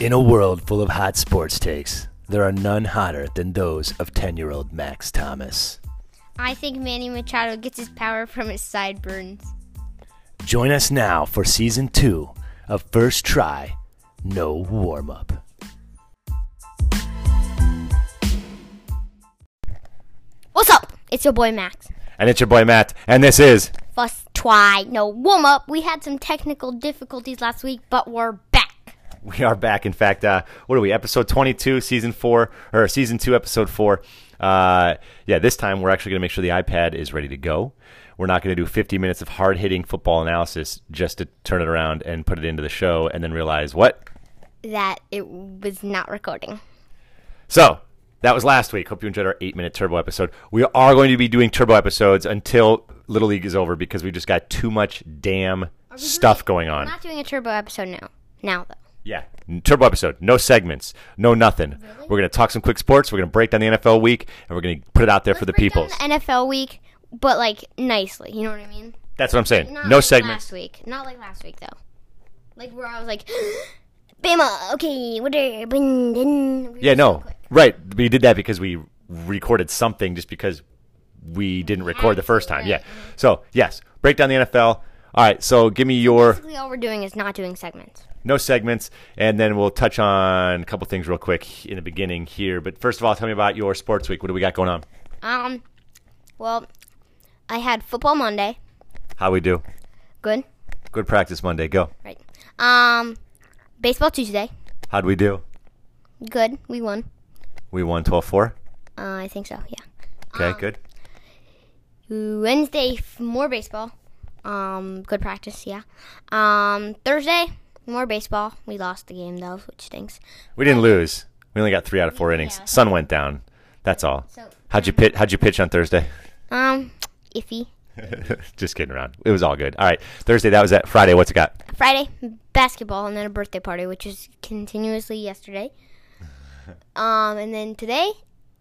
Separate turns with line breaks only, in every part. In a world full of hot sports takes, there are none hotter than those of 10 year old Max Thomas.
I think Manny Machado gets his power from his sideburns.
Join us now for season two of First Try No Warm Up.
What's up? It's your boy Max.
And it's your boy Matt, and this is
Fuss try no warm up. We had some technical difficulties last week, but we're back.
We are back. In fact, uh, what are we? Episode 22, season four, or season two, episode four. Uh, yeah, this time we're actually going to make sure the iPad is ready to go. We're not going to do 50 minutes of hard hitting football analysis just to turn it around and put it into the show and then realize what?
That it was not recording.
So that was last week. Hope you enjoyed our eight minute turbo episode. We are going to be doing turbo episodes until Little League is over because we just got too much damn stuff going on.
We're not doing a turbo episode now. Now though.
Yeah. Turbo episode. No segments. No nothing. We're going to talk some quick sports. We're going to break down the NFL week and we're going to put it out there for the
Break down
people.
the NFL week, but like nicely. You know what I mean?
That's what I'm saying.
Not
no
like
segments.
Last week, not like last week though. Like where I was like, Bama. Okay, what are we
Yeah, no. Right. We did that because we recorded something just because we didn't record the first time. Yeah. So, yes. Break down the NFL. All right. So, give me your
Basically, all we're doing is not doing segments.
no segments and then we'll touch on a couple things real quick in the beginning here. But first of all, tell me about your sports week. What do we got going on?
Um, well, I had football Monday.
How we do?
Good.
Good practice Monday. Go.
Right. Um, baseball Tuesday.
How'd we do?
Good. We won.
We won 12 4.
Uh, I think so. Yeah.
Okay, good.
Wednesday, f- more baseball. Um, good practice. Yeah. Um, Thursday, more baseball. We lost the game though, which stinks.
We didn't lose. We only got three out of four innings.
Yeah.
Sun went down. That's all. How'd you pitch? How'd you pitch on Thursday?
Um, iffy.
Just kidding around. It was all good. All right, Thursday. That was that. Friday. What's it got?
Friday, basketball, and then a birthday party, which is continuously yesterday. um, and then today,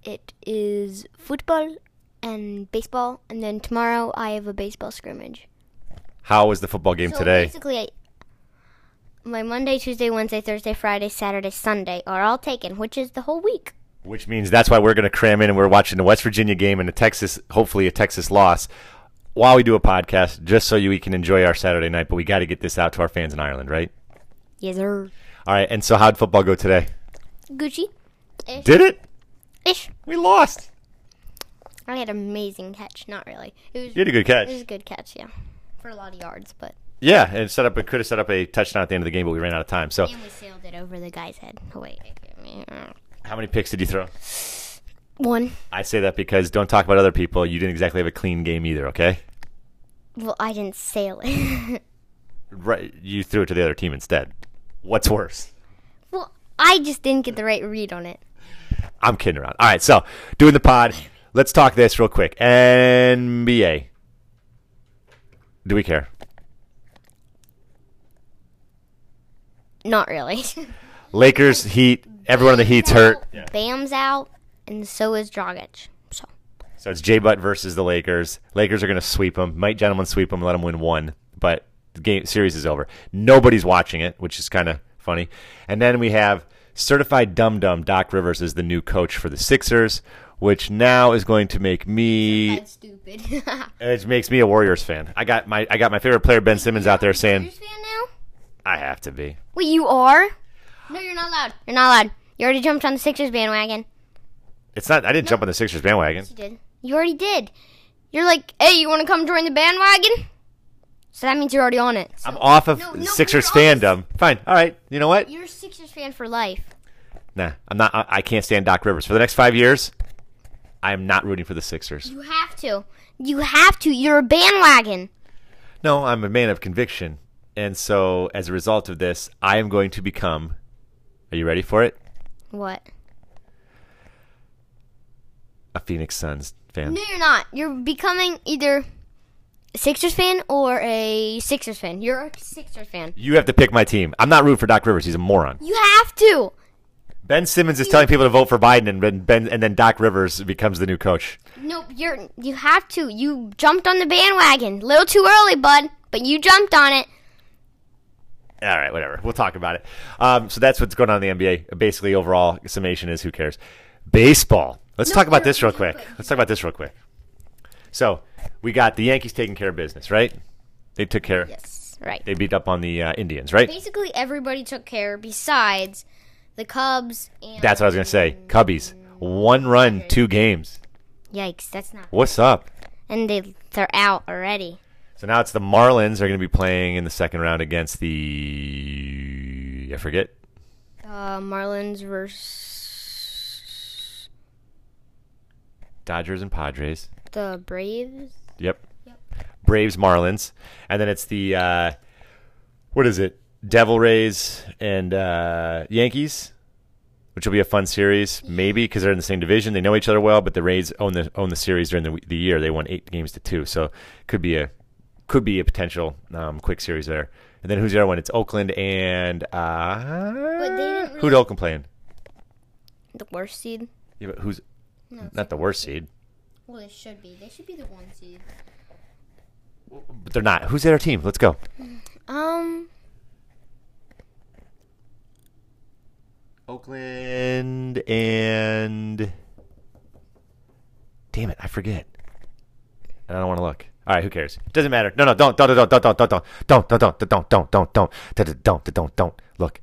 it is football and baseball, and then tomorrow I have a baseball scrimmage.
How was the football game
So
today?
basically, I, my Monday, Tuesday, Wednesday, Thursday, Friday, Saturday, Sunday are all taken, which is the whole week.
Which means that's why we're going to cram in and we're watching the West Virginia game and a Texas, hopefully a Texas loss, while we do a podcast, just so you we can enjoy our Saturday night. But we got to get this out to our fans in Ireland, right?
Yes, sir.
All right. And so, how'd football go today?
Gucci.
Did it?
Ish.
We lost.
I had an amazing catch. Not really. It was,
You had a good
it was a
catch.
good catch, yeah. For a lot of yards, but.
Yeah, and set up. We could have set up a touchdown at the end of the game, but we ran out of time. So,
And we sailed it over the guy's head. Oh, wait. uh.
how many picks did you throw?
One.
I say that because don't talk about other people. You didn't exactly have a clean game either, okay?
Well, I didn't sail it.
Right, you threw it to the other team instead. What's worse?
well, I just didn't get the right read on it.
I'm kidding around. All right, so doing the pod. Let's talk this real quick. NBA. Do we care?
Not really.
Lakers, Heat. Everyone in the Heat's hurt.
Bam's out, and so is Dragic. So,
So it's Jay Butt versus the Lakers. Lakers are going to sweep them. Might gentlemen sweep them, let them win one. But the game series is over. Nobody's watching it, which is kind of funny. And then we have certified dum dum Doc Rivers is the new coach for the Sixers, which now is going to make me
that's stupid.
it makes me a Warriors fan. I got my I got my favorite player Ben Simmons out there saying
Warriors fan now?
I have to be.
Wait, you are? No, you're not allowed. You're not allowed. You already jumped on the Sixers bandwagon.
It's not. I didn't jump on the Sixers bandwagon.
You did. You already did. You're like, hey, you want to come join the bandwagon? So that means you're already on it.
I'm off of
No, no,
Sixers
but you're
fandom. Fine. All right. You know what?
You're a Sixers fan for life.
Nah. I'm not. I, I can't stand Doc Rivers for the next five years. I am not rooting for the Sixers.
You have to. You have to. You're a bandwagon.
No, I'm a man of conviction, and so as a result of this, I am going to become. Are you ready for it?
What?
A Phoenix Suns fan.
No, you're not. You're becoming either a Sixers fan or a Sixers fan. You're a Sixers fan.
You have to pick my team. I'm not rooting for Doc Rivers. He's a moron.
You have to.
Ben Simmons is telling people to vote for Biden, and Ben, ben and then Doc Rivers becomes the new coach.
Nope, you're you have to. You jumped on the bandwagon. Little too early, bud, but you jumped on it.
All right, whatever. We'll talk about it. Um, so that's what's going on in the NBA. Basically, overall summation is who cares. Baseball. Let's
No,
talk about
no,
this real
no,
quick.
but-
Let's talk about this real quick. So we got the Yankees taking care of business, right? They took care.
Yes, right.
They beat up on the uh, Indians, right?
Basically, everybody took care besides the Cubs and.
That's what I was gonna say. Cubbies. One run, two games.
Yikes, that's not.
What's up?
And they, they're out already.
So now it's the Marlins are going to be playing in the second round against the I forget.
Uh, Marlins versus
Dodgers and Padres.
the Braves.
Yep. Braves, Marlins, and then it's the uh, what is it? Devil Rays and uh, Yankees, which will be a fun series, maybe because they're in the same division. They know each other well, but the Rays own the own the series during the, the year. They won eight games to two, so could be a could be a potential um, quick series there. And then who's the other one? It's Oakland and uh,
they didn't
who'd
really-
Oakland playing?
The worst seed.
Yeah, but who's not the worst seed?
Well, they should be. They should be the one seed.
But they're not. Who's their team? Let's go.
Um,
Oakland and damn it, I forget. And I don't want to look. All right, who cares? Doesn't matter. No, no, don't, don't, don't, don't, don't, don't, don't, don't, don't, don't, don't, don't, don't, don't, don't, don't, don't, don't look.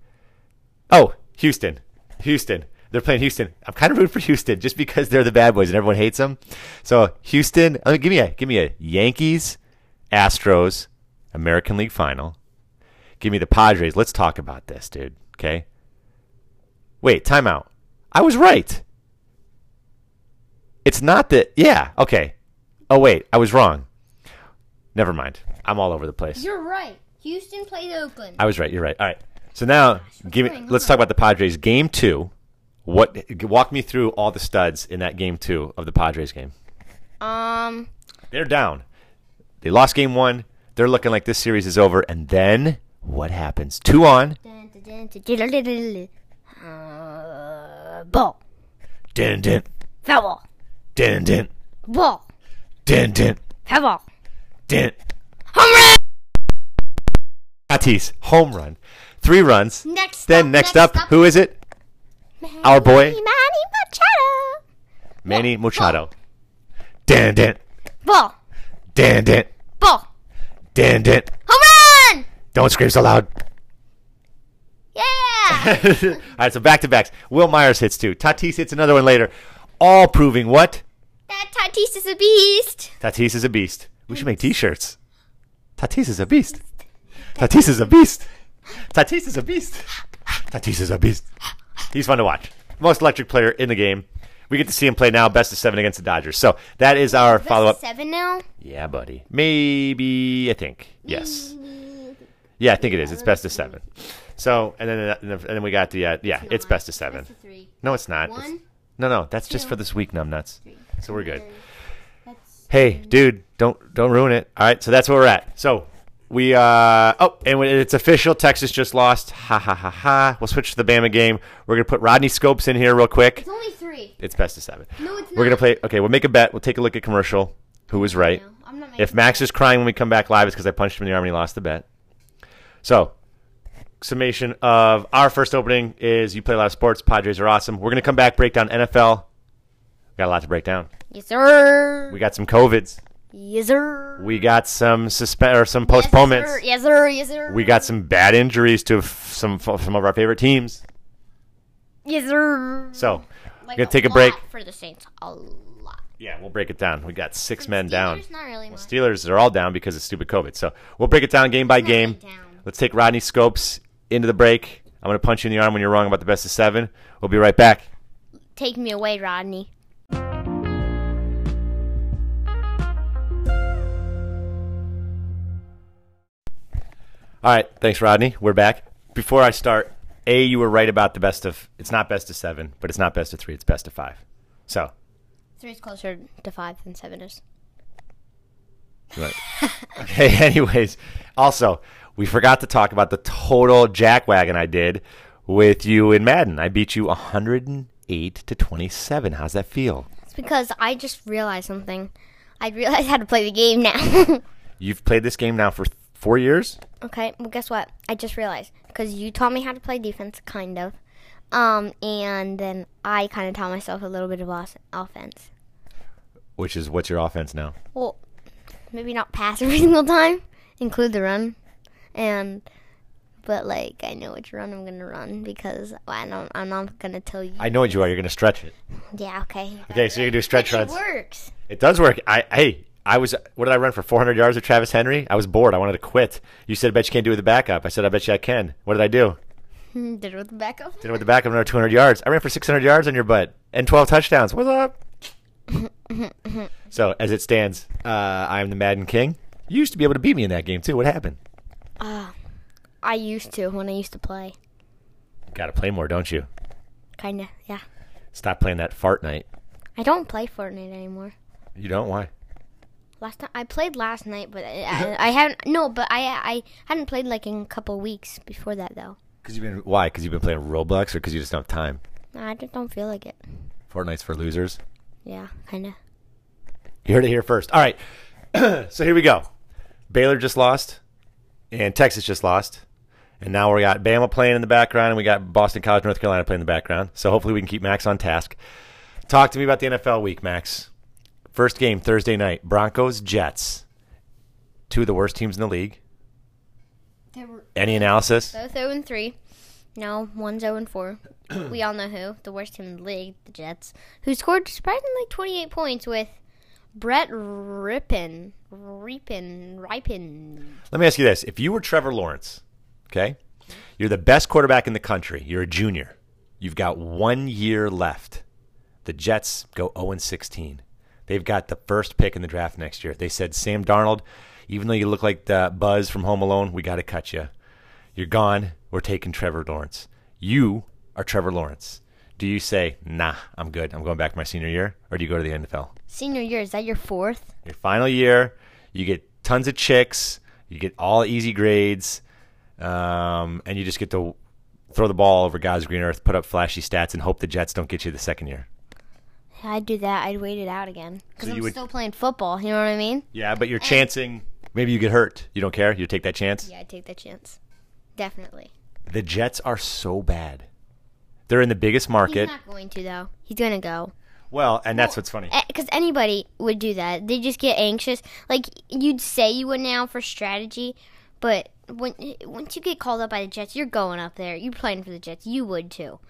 Oh, Houston, Houston. They're playing Houston. I'm kind of rooting for Houston just because they're the bad boys and everyone hates them. So Houston, uh, give me a give me a Yankees, Astros, American League Final. Give me the Padres. Let's talk about this, dude. Okay. Wait, timeout. I was right. It's not that. Yeah, okay. Oh, wait, I was wrong. Never mind. I'm all over the place.
you're right. Houston played Oakland.
I was right. You're right. All right. So now, give me,
going
let's talk about the Padres game two. What? Walk me through all the studs in that game two of the Padres game.
Um,
They're down. They lost game one. They're looking like this series is over. And then what happens? Two on.
uh, ball,
Dun dun
foul ball,
dun dun
ball,
dun dun
foul ball,
dun.
home run.
Tatis home run, three runs.
Next.
Then
up,
next, up, who is it? Our boy
Manny Machado.
Manny Machado. Dan dan
Ball,
dan dan
ball,
dan dan.
home run!
Don't scream so loud.
Yeah.
All right, so back to backs. Will Myers hits two. Tatis hits another one later. All proving what
that Tatis is a beast.
Tatis is a beast. We should make T-shirts. Tatis is a beast. Tatis is a beast. Tatis is a beast. Tatis is a beast. He's fun to watch. Most electric player in the game. We get to see him play now, best of seven against the Dodgers. So that is our follow up.
Seven now.
Yeah, buddy. Maybe I think yes. Yeah, I think it is. It's best of seven. So and then and then we got the uh, yeah, it's best of seven.
Three.
No, it's not. It's-
One,
no, no, that's just for this week, numbnuts. So we're good.
That's
Hey, dude, don't don't ruin it. All right, so that's where we're at. So we uh oh, and it's official. Texas just lost. Ha ha ha ha. We'll switch to the Bama game. We're gonna put Rodney Scopes in here real quick.
it's only three.
It's best of seven.
No, it's
We're gonna
not.
play. Okay, we'll make a bet. We'll take a look at commercial. Who was right?
No, I'm not making.
If Max is crying when we come back live, it's because I punched him in the arm and he lost the bet. So, summation of our first opening is you play a lot of sports. Padres are awesome. We're going to come back, break down NFL. Got a lot to break down.
yes, sir.
We got some COVIDs.
yes, sir.
We got some suspe- or some postponements.
Yes, sir. Yes, sir.
We got some bad injuries to f- some f- some of our favorite teams.
Yes, sir.
So,
Like
gonna take a break.
lot for the Saints. A lot.
yeah, we'll break it down. We got six men down.
Steelers, Not really much.
Steelers are all down because of stupid COVID. So we'll break it down game by game.
down.
Let's take Rodney Scopes into the break. I'm going to punch you in the arm when you're wrong about the best of seven. We'll be right back.
Take me away, Rodney.
All right. Thanks, Rodney. We're back. Before I start, A, you were right about the best of, it's not best of seven, but it's not best of three. It's best of five. So,
Three's closer to five than seven is.
right. okay. Anyways, also, we forgot to talk about the total jackwagon I did with you in Madden. I beat you 108 to 27. How's that feel?
It's because I just realized something. I realized how to play the game now.
You've played this game now for Four years?
Okay. Well, guess what? I just realized because you taught me how to play defense, kind of, um, and then I kind of taught myself a little bit of os- offense.
Which is what's your offense now?
Well, maybe not pass every single time, include the run, and but like I know which run I'm gonna run because I don't. I'm not gonna tell you.
I know what you are. You're going to stretch it.
yeah. Okay.
Okay, so you can do stretch
It
runs.
works.
It does work. I hey, I was what did I run for 400 yards with Travis Henry? I was bored. I wanted to quit. You said, "I bet you can't do it with the backup." I said, "I bet you I can." What did I do?
Mm, Did it with the backup.
Did it with the backup another 200 yards. I ran for 600 yards on your butt and 12 touchdowns. What's up? so as it stands, uh, I am the Madden King. You used to be able to beat me in that game too. What happened?
I used to when I used to play.
Got to play more, don't you?
Kinda. Yeah.
Stop playing that fart night.
I don't play Fortnite anymore.
You don't? Why?
Last time I played last night, but I, I, I haven't. No, but I I hadn't played like in a couple weeks before that though.
Because you've been why? Because you've been playing Roblox, or because you just don't have time.
I just don't feel like it.
Fortnite's for losers.
Yeah, kind of.
You heard it here first. All right. so here we go. Baylor just lost, and Texas just lost. And now we got Bama playing in the background, and we got Boston College, North Carolina playing in the background. So hopefully we can keep Max on task. Talk to me about the NFL week, Max. First game Thursday night Broncos, Jets. Two of the worst teams in the league.
They were
Any analysis?
both zero and three. No, one's zero and four. we all know who the worst team in the league, the Jets, who scored surprisingly twenty eight points with Brett Rippin, Rippin, Ripin.
Let me ask you this. If you were Trevor Lawrence, okay, you're the best quarterback in the country, you're a junior, you've got one year left. The Jets go 0 16. They've got the first pick in the draft next year. They said, Sam Darnold, even though you look like the Buzz from Home Alone, we got to cut you. You're gone. We're taking Trevor Lawrence. You are Trevor Lawrence. Do you say, nah, I'm good. I'm going back to my senior year? Or do you go to the NFL?
Senior year is that your fourth?
your final year. You get tons of chicks. You get all easy grades, um, and you just get to throw the ball over God's green earth, put up flashy stats, and hope the Jets don't get you the second year.
I'd do that. I'd wait it out again because
So you
I'm
would-
still playing football. You know what I mean?
Yeah, but you're chancing. Maybe you get hurt. You don't care. You take that chance.
Yeah, I'd take that chance. Definitely.
The Jets are so bad. They're in the biggest market.
He's not going to though. He's gonna go
well, and that's what's funny.
because anybody would do that. They just get anxious. Like you'd say you would now for strategy, but when once you get called up by the Jets, you're going up there. You're playing for the Jets. You would too.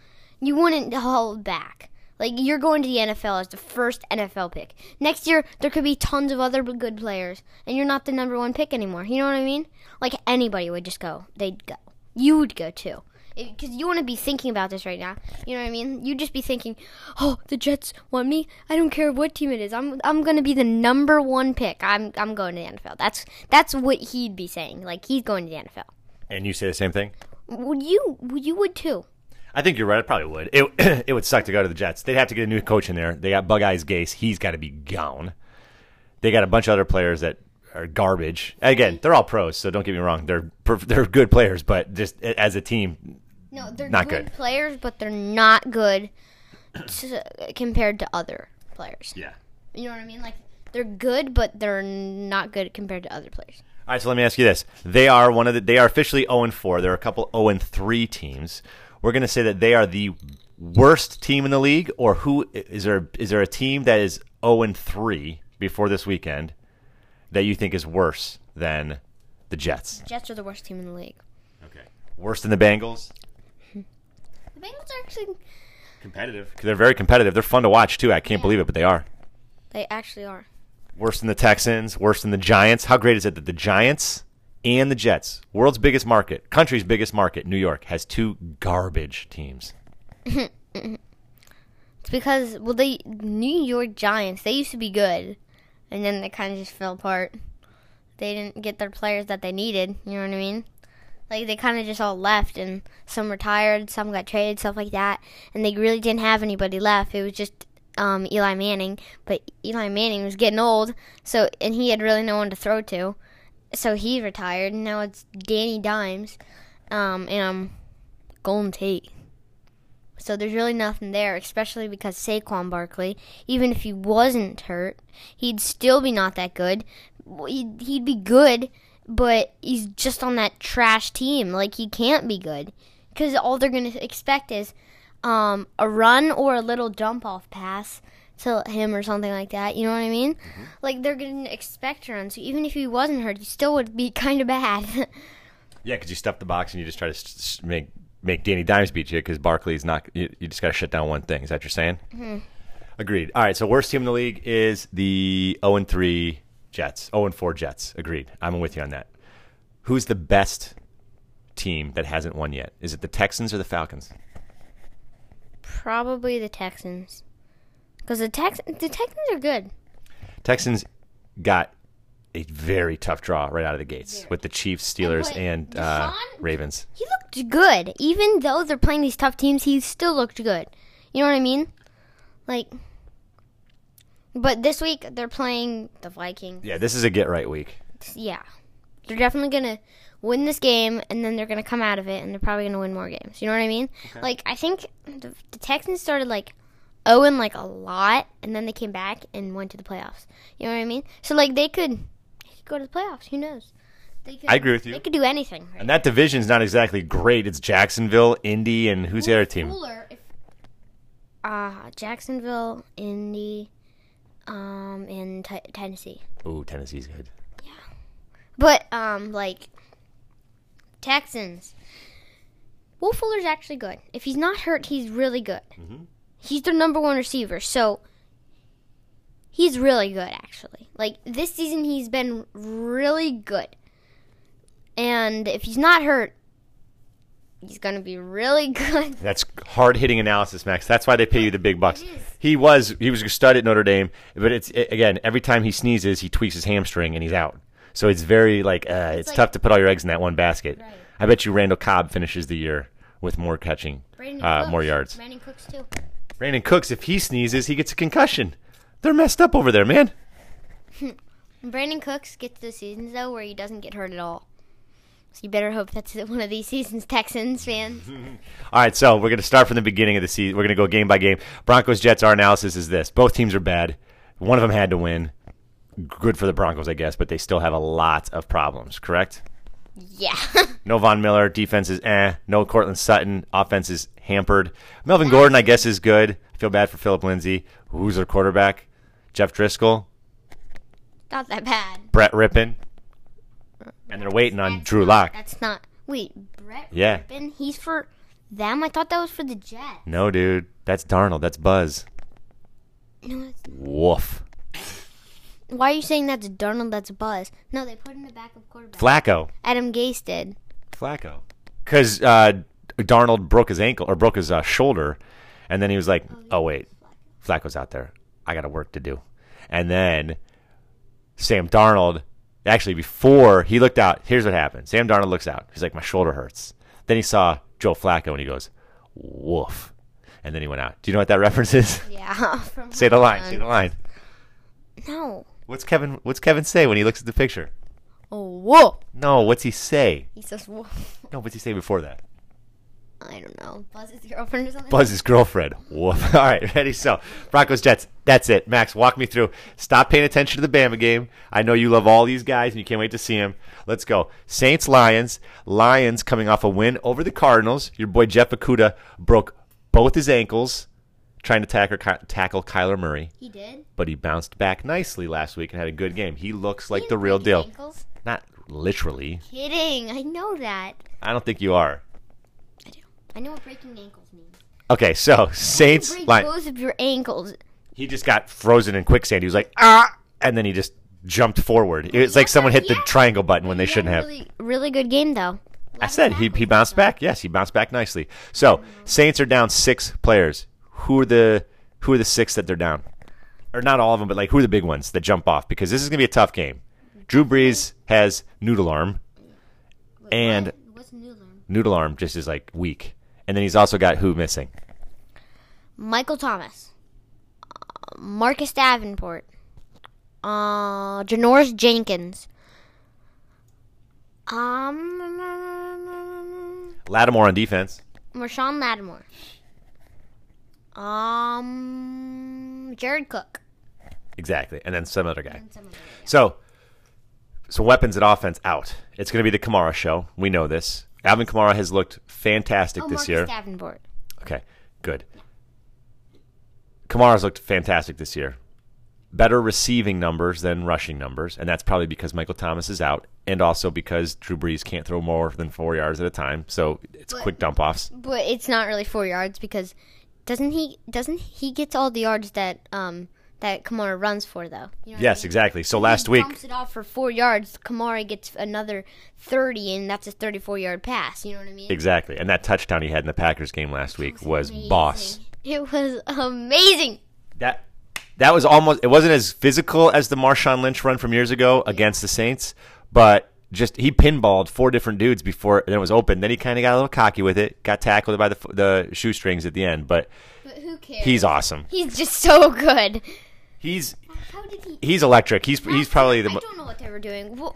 You wouldn't hold back. Like you're going to the NFL as the first NFL pick. Next year there could be tons of other good players, and you're not the number one pick anymore. You know what I mean? Like anybody would just go. They'd go. You would go too. Because you wouldn't be thinking about this right now. You know what I mean? You'd just be thinking, "Oh, the Jets want me. I don't care what team it is. I'm I'm gonna be the number one pick. I'm I'm going to the NFL." That's that's what he'd be saying. Like he's going to the NFL.
And you say the same thing.
Would you? You would too.
I think you're right. I probably would. It it would suck to go to the Jets. They'd have to get a new coach in there. They got Bug Eyes Gase. He's got to be gone. They got a bunch of other players that are garbage. Again, they're all pros, so don't get me wrong. They're per- they're good players, but just a- as a team,
No, they're
Not
good,
good.
players, but they're not good to, compared to other players.
yeah.
You know what I mean? Like they're good, but they're not good compared to other players.
All right, so let me ask you this: They are one of the. They are officially zero and four. There are a couple zero and three teams. We're going to say that they are the worst team in the league, or who is there? Is there a team that is zero and three before this weekend that you think is worse than the Jets?
Jets are the worst team in the league.
Okay. Worse than the Bengals.
The Bengals are actually
Competitive. They're very competitive. They're fun to watch too. I can't believe it, but they are.
they actually are.
Worse than the Texans. Worse than the Giants. How great is it that the Giants and the Jets, world's biggest market, country's biggest market, New York, has two garbage teams.
It's because well, they New York Giants they used to be good, and then they kind of just fell apart. They didn't get their players that they needed. You know what I mean? Like they kind of just all left, and some retired, some got traded, stuff like that. And they really didn't have anybody left. It was just um, Eli Manning, but Eli Manning was getting old, so and he had really no one to throw to, so he retired. And now it's Danny Dimes, um, and um, Golden Tate. So there's really nothing there, especially because Saquon Barkley, even if he wasn't hurt, he'd still be not that good. Well, He'd, he'd be good, but he's just on that trash team. Like he can't be good because all they're gonna expect is um, a run or a little dump off pass to him or something like that. You know what I mean? Like they're gonna expect runs. So even if he wasn't hurt, he still would be kind of bad.
Yeah, because you stuff the box and you just try to s- s- make make Danny Dimes beat you because Barkley's not. You, you just got to shut down one thing. Is that what you're saying? Agreed. All right. So worst team in the league is the 0 and three Jets. 0 and four Jets. Agreed. I'm with you on that. Who's the best team that hasn't won yet? Is it the Texans or the Falcons?
Probably the Texans, because the Tex the Texans are good.
Texans got a very tough draw right out of the gates with the Chiefs, Steelers,
what,
and uh,
Deshaun?
Ravens.
He looked good, even though they're playing these tough teams. He still looked good. You know what I mean? Like, but this week they're playing the Vikings.
Yeah, this is a get right week.
yeah, they're definitely gonna win this game, and then they're gonna come out of it, and they're probably gonna win more games. You know what I mean? Like I think the, the Texans started like Owen like a lot, and then they came back and went to the playoffs. You know what I mean? So like they could, they could go to the playoffs. Who knows? They could,
I agree with you.
They could do anything. Right?
And that division's not exactly great. It's Jacksonville, Indy, and who's the other team?
cooler if uh, Jacksonville, Indy, um, and t- Tennessee.
Ooh, Tennessee's good.
But um, like Texans, Will Fuller's actually good. If he's not hurt, he's really good.
Mm-hmm.
He's their number one receiver, so he's really good. Actually, like this season, he's been really good. And if he's not hurt, he's gonna be really good.
That's hard hitting analysis, Max. That's why they pay you the big bucks. He was he was a stud at Notre Dame, but it's a- again every time he sneezes, he tweaks his hamstring and he's out. So it's very like uh, it's,
like-
tough to put all your eggs in that one basket.
Right.
I bet you Randall Cobb finishes the year with more catching,
Brandon
uh,
Cooks.
more yards.
Brandon Cooks too.
Brandon Cooks, if he sneezes, he gets a concussion. They're messed up over there, man.
Brandon Cooks gets the seasons though where he doesn't get hurt at all. So you better hope that's one of these seasons, Texans fans.
All right, so we're going to start from the beginning of the season. We're going to go game by game. Broncos Jets. Our analysis is this: both teams are bad. One of them had to win. Good for the Broncos, I guess, but they still have a lot of problems. Correct?
yeah.
No Von Miller. Defense is eh. No Cortland Sutton. Offense is hampered. Melvin Gordon, I guess, is good. I feel bad for Philip Lindsay. Who's their quarterback? Jeff Driscoll.
Not that bad.
Brett Rippin. And they're waiting on Drew Lock.
That's not wait, Brett
Yeah.
Rippin, he's for them? I thought that was for the Jets.
No, dude. That's Darnold. That's Buzz.
No, it's,
Woof.
why are you saying that's Darnold that's Buzz? No, they put in a backup quarterback.
Flacco.
Adam Gase did.
Flacco. Because uh, Darnold broke his ankle or broke his uh, shoulder, and then he was like, "Oh wait, Flacco's out there. I got work to do." And then Sam Darnold, actually, before he looked out, here's what happened. Sam Darnold looks out. He's like, "My shoulder hurts." Then he saw Joe Flacco, and he goes, "Woof." And then he went out. Do you know what that reference is?
Yeah. from-
say the line. Say the line.
No.
What's Kevin? What's Kevin say when he looks at the picture?
Oh whoa.
No. What's he say?
He says whoa.
No. What's he say before that?
I don't know. Buzz is your girlfriend or something?
Buzz's girlfriend. Woof. All right, ready? So, Broncos, Jets. That's it. Max, walk me through. Stop paying attention to the Bama game. I know you love all these guys and you can't wait to see them. Let's go. Saints, Lions. Lions coming off a win over the Cardinals. Your boy Jeff Okuda broke both his ankles trying to tackle, tackle Kyler Murray,
He did?
but he bounced back nicely last week and had a good game. He looks like
He
the
didn't
real
break his
deal.
ankles.
Not literally.
Kidding. I know that.
I don't think you are.
I do. I know what breaking ankles means.
Okay, so Saints,
Break
Lions.
both of your ankles.
he just got frozen in quicksand. He was like, ah, and then he just jumped forward. It's like someone hit the
Yeah.
triangle button when they shouldn't have.
Really, really good game though.
I said he, he bounced back. Yes, he bounced back nicely. So Saints are down six players. Who are the who are the six that they're down? Or not all of them, but like who are the big ones that jump off? Because this is gonna be a tough game. Drew Brees has noodle arm, and
What's Newland?
noodle arm just is like weak. And then he's also got who missing?
Michael Thomas, uh, Marcus Davenport, uh, Janoris Jenkins. Um,
Lattimore on defense.
Marshawn Lattimore. Um, Jared Cook. Um,
Exactly. And then some other guy.
And some other-
So so weapons at offense out. It's going to be the Kamara show. We know this. Alvin Kamara has looked fantastic
Oh,
this
Marcus
year.
Davenport.
Okay, good. Kamara's looked fantastic this year. Better receiving numbers than rushing numbers, and that's probably because Michael Thomas is out, and also because Drew Brees can't throw more than four yards at a time, so it's quick dump offs.
But it's not really four yards because doesn't he doesn't he gets all the yards that um that Kamara runs for though. You know what I
Yes,
mean?
exactly. So
He
last week,
dumps it off for four yards. Kamara gets another thirty, and that's a thirty-four yard pass. You know what I mean?
exactly, and that touchdown he had in the Packers game last week was boss.
It was amazing.
that that was almost it wasn't as physical as the Marshawn Lynch run from years ago against the Saints, but just he pinballed four different dudes before and it was open. Then he kind of got a little cocky with it, got tackled by the f- the shoestrings at the end, but
But who cares?
he's awesome.
He's just so good.
He's
How did he?
he's electric. He's he's probably the
I
mo-
don't know what they were doing. Wha-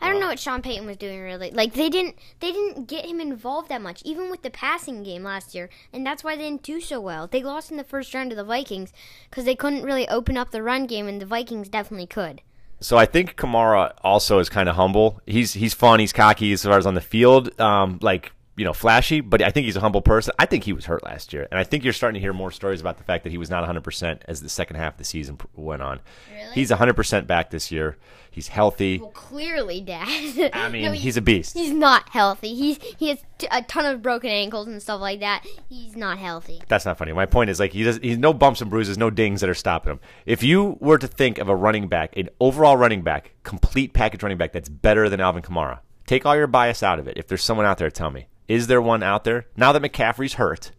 I don't know what Sean Payton was doing really. Like they didn't they didn't get him involved that much, even with the passing game last year, and that's why they didn't do so well. They lost in the first round to the Vikings because they couldn't really open up the run game, and the Vikings definitely could.
So I think Kamara also is kind of humble. He's he's fun. He's cocky as far as on the field, um, like you know, flashy. But I think he's a humble person. I think he was hurt last year, and I think you're starting to hear more stories about the fact that he was not 100 percent as the second half of the season pr- went on.
Really?
He's 100 percent back this year. He's healthy.
Well, clearly, Dad.
I mean, he's a beast.
He's not healthy. He's he has t- a ton of broken ankles and stuff like that. He's not healthy.
That's not funny. My point is like he does. He's no bumps and bruises, no dings that are stopping him. If you were to think of a running back, an overall running back, complete package running back that's better than Alvin Kamara, take all your bias out of it. If there's someone out there, tell me. Is there one out there now that McCaffrey's hurt?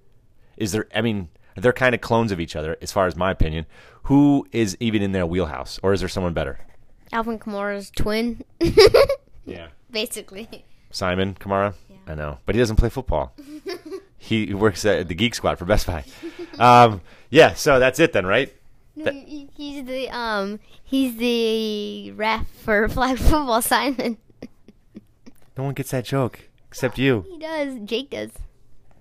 Is there? I mean, they're kind of clones of each other, as far as my opinion. Who is even in their wheelhouse, or is there someone better?
Alvin Kamara's twin,
Yeah,
basically.
Simon Kamara. I know, but he doesn't play football. he works at the Geek Squad for Best Buy. Um, yeah, so that's it then, right? That-
He- He's the um he's the ref for flag football Simon.
No one gets that joke except you.
He does. Jake does.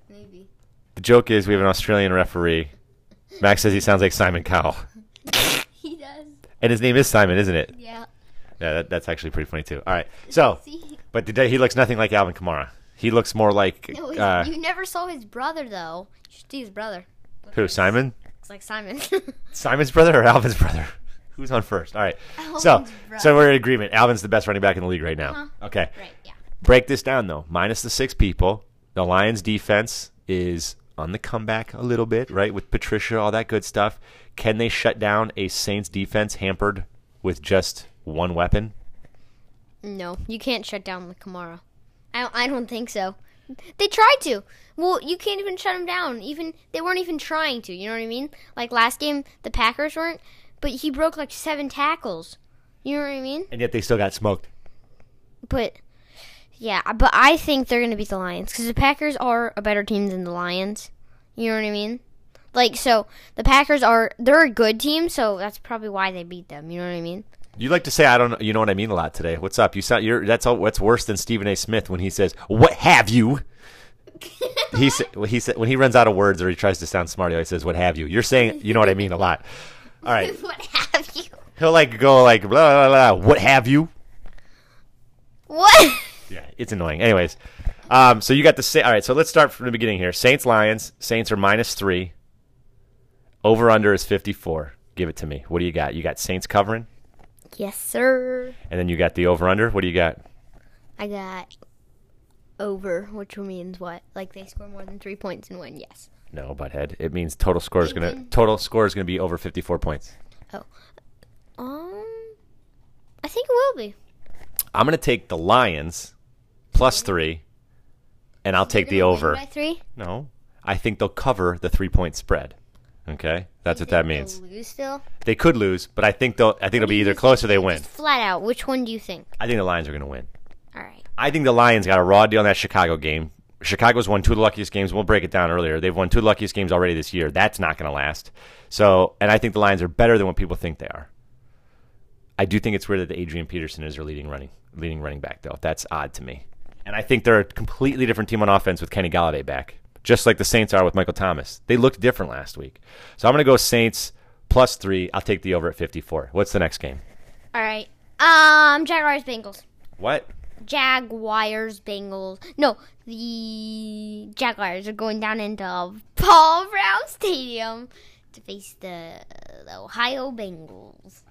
Maybe.
The joke is we have an Australian referee. Max says he sounds like Simon Cowell.
He does.
And his name is Simon, isn't it?
Yeah.
Yeah, that, that's actually pretty funny too. All right. So,
See?
but today he looks nothing like Alvin Kamara. He looks more like
No, he-
uh,
you never saw his brother though. You should see his brother.
who? Simon?
Looks like Simon.
Simon's brother or Alvin's brother? Who's on first? All right. so,
Alvin's
so
brother.
we're in agreement. Alvin's the best running back in the league right now.
Uh-huh.
Okay.
right, yeah.
Break this down though. Minus the six people, the Lions defense is on the comeback a little bit, right? With Patricia, all that good stuff. Can they shut down a Saints defense hampered with just one weapon?
No, you can't shut down the Kamara. I don't, I don't think so. They tried to. Well, you can't even shut him down. Even they weren't even trying to. You know what I mean? Like last game, the Packers weren't, but he broke like seven tackles. You know what I mean?
And yet they still got smoked.
But yeah, but I think they're going to beat the Lions because the Packers are a better team than the Lions. You know what I mean? Like so, the Packers are they're a good team, so that's probably why they beat them. You know what I mean?
You like to say I don't know you know what I mean a lot today. What's up? You sound you're that's all what's worse than Stephen A. Smith when he says, What have you? he said well, he said when he runs out of words or he tries to sound smart, he always says, What have you? You're saying you know what I mean a lot. All right.
what have you?
He'll like go like blah blah blah. What have you?
What?
Yeah, it's annoying. Anyways, um, so you got the Sa- all right. So let's start from the beginning here. Saints Lions. Saints are minus three. Over under is fifty four. Give it to me. What do you got? You got Saints covering,
yes, sir.
and then you got the over under. What do you got?
I got over, which means what? Like they score more than three points and win. Yes.
No, butthead. It means total score is gonna total score is gonna be over fifty four points.
Oh. Um. I think it will be.
I'm gonna take the Lions plus three, and I'll take the
Win
over.
by three.
No, I think they'll cover the three point spread. Okay, that's what that means.
They'll lose still.
They could lose, but I think they'll. I think it'll be either close or they win.
Just flat out. Which one do you think?
I think the Lions are going to win.
All right.
I think the Lions got a raw deal in that Chicago game. Chicago's won two of the luckiest games. We'll break it down earlier. They've won two of the luckiest games already this year. That's not going to last. So, and I think the Lions are better than what people think they are. I do think it's weird that Adrian Peterson is their leading running leading running back though. That's odd to me. And I think they're a completely different team on offense with Kenny Galladay back, just like the Saints are with Michael Thomas. They looked different last week. So I'm going to go Saints plus three. I'll take the over at 54. What's the next game?
All right. Um, Jaguars Bengals.
What?
Jaguars Bengals. No, the Jaguars are going down into Paul Brown Stadium to face the, the Ohio Bengals.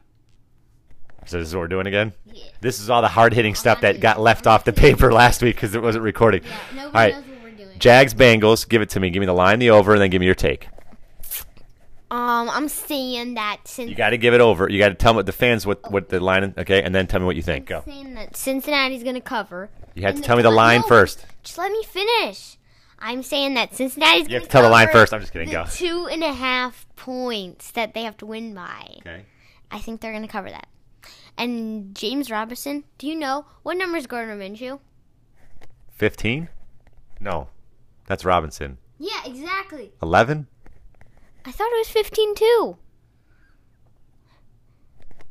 So this is what we're doing again.
Yeah.
This is all the hard hitting stuff that got left off the paper last week because it wasn't recording. all right,
what we're doing.
Jags Bengals. Give it to me. Give me the line, the over, and then give me your take.
Um, I'm saying that since
You got to give it over. You got to tell me the fans what what the line. Okay, and then tell me what you think. Go.
saying that Cincinnati's going to cover.
You have
And
to
the
tell me the
Col-
line
No,
first.
Just let me finish. I'm saying that Cincinnati's
You
going
have to tell the line first. I'm just kidding. Go.
Two and a half points that they have to win by.
Okay.
I think they're going to cover that. And James Robinson, do you know what number is Gardner Minshew?
Fifteen? No, that's Robinson.
Yeah, exactly.
Eleven?
I thought it was 15 too.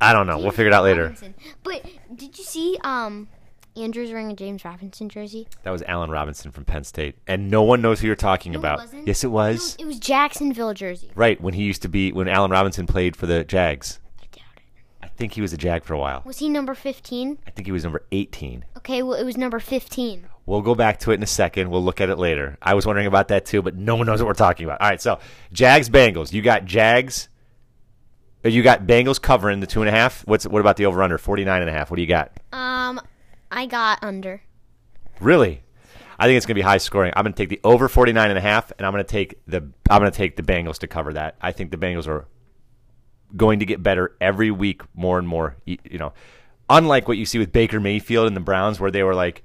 I don't know. We'll figure it out later.
Robinson. But did you see um Andrew's wearing a James Robinson jersey?
That was Allen Robinson from Penn State, and no one knows who you're talking
No, it
about.
wasn't.
Yes, it
It
was.
was, it was Jacksonville jersey.
Right when he used to be when Allen Robinson played for the Jags.
I doubt it.
I think he was a Jag for a while.
Was he number 15?
I think he was number 18.
Okay, well, it was number 15.
We'll go back to it in a second. We'll look at it later. I was wondering about that too, but no one knows what we're talking about. All right, so Jags Bengals. You got Jags. or You got Bengals covering the two and a half. What's what about the over under 49 and a half? What do you got?
Um, I got under.
Really? I think it's going to be high scoring. I'm going to take the over 49 and a half and I'm going to take the I'm going to take the Bengals to cover that. I think the Bengals are going to get better every week more and more, you you know. Unlike what you see with Baker Mayfield and the Browns where they were like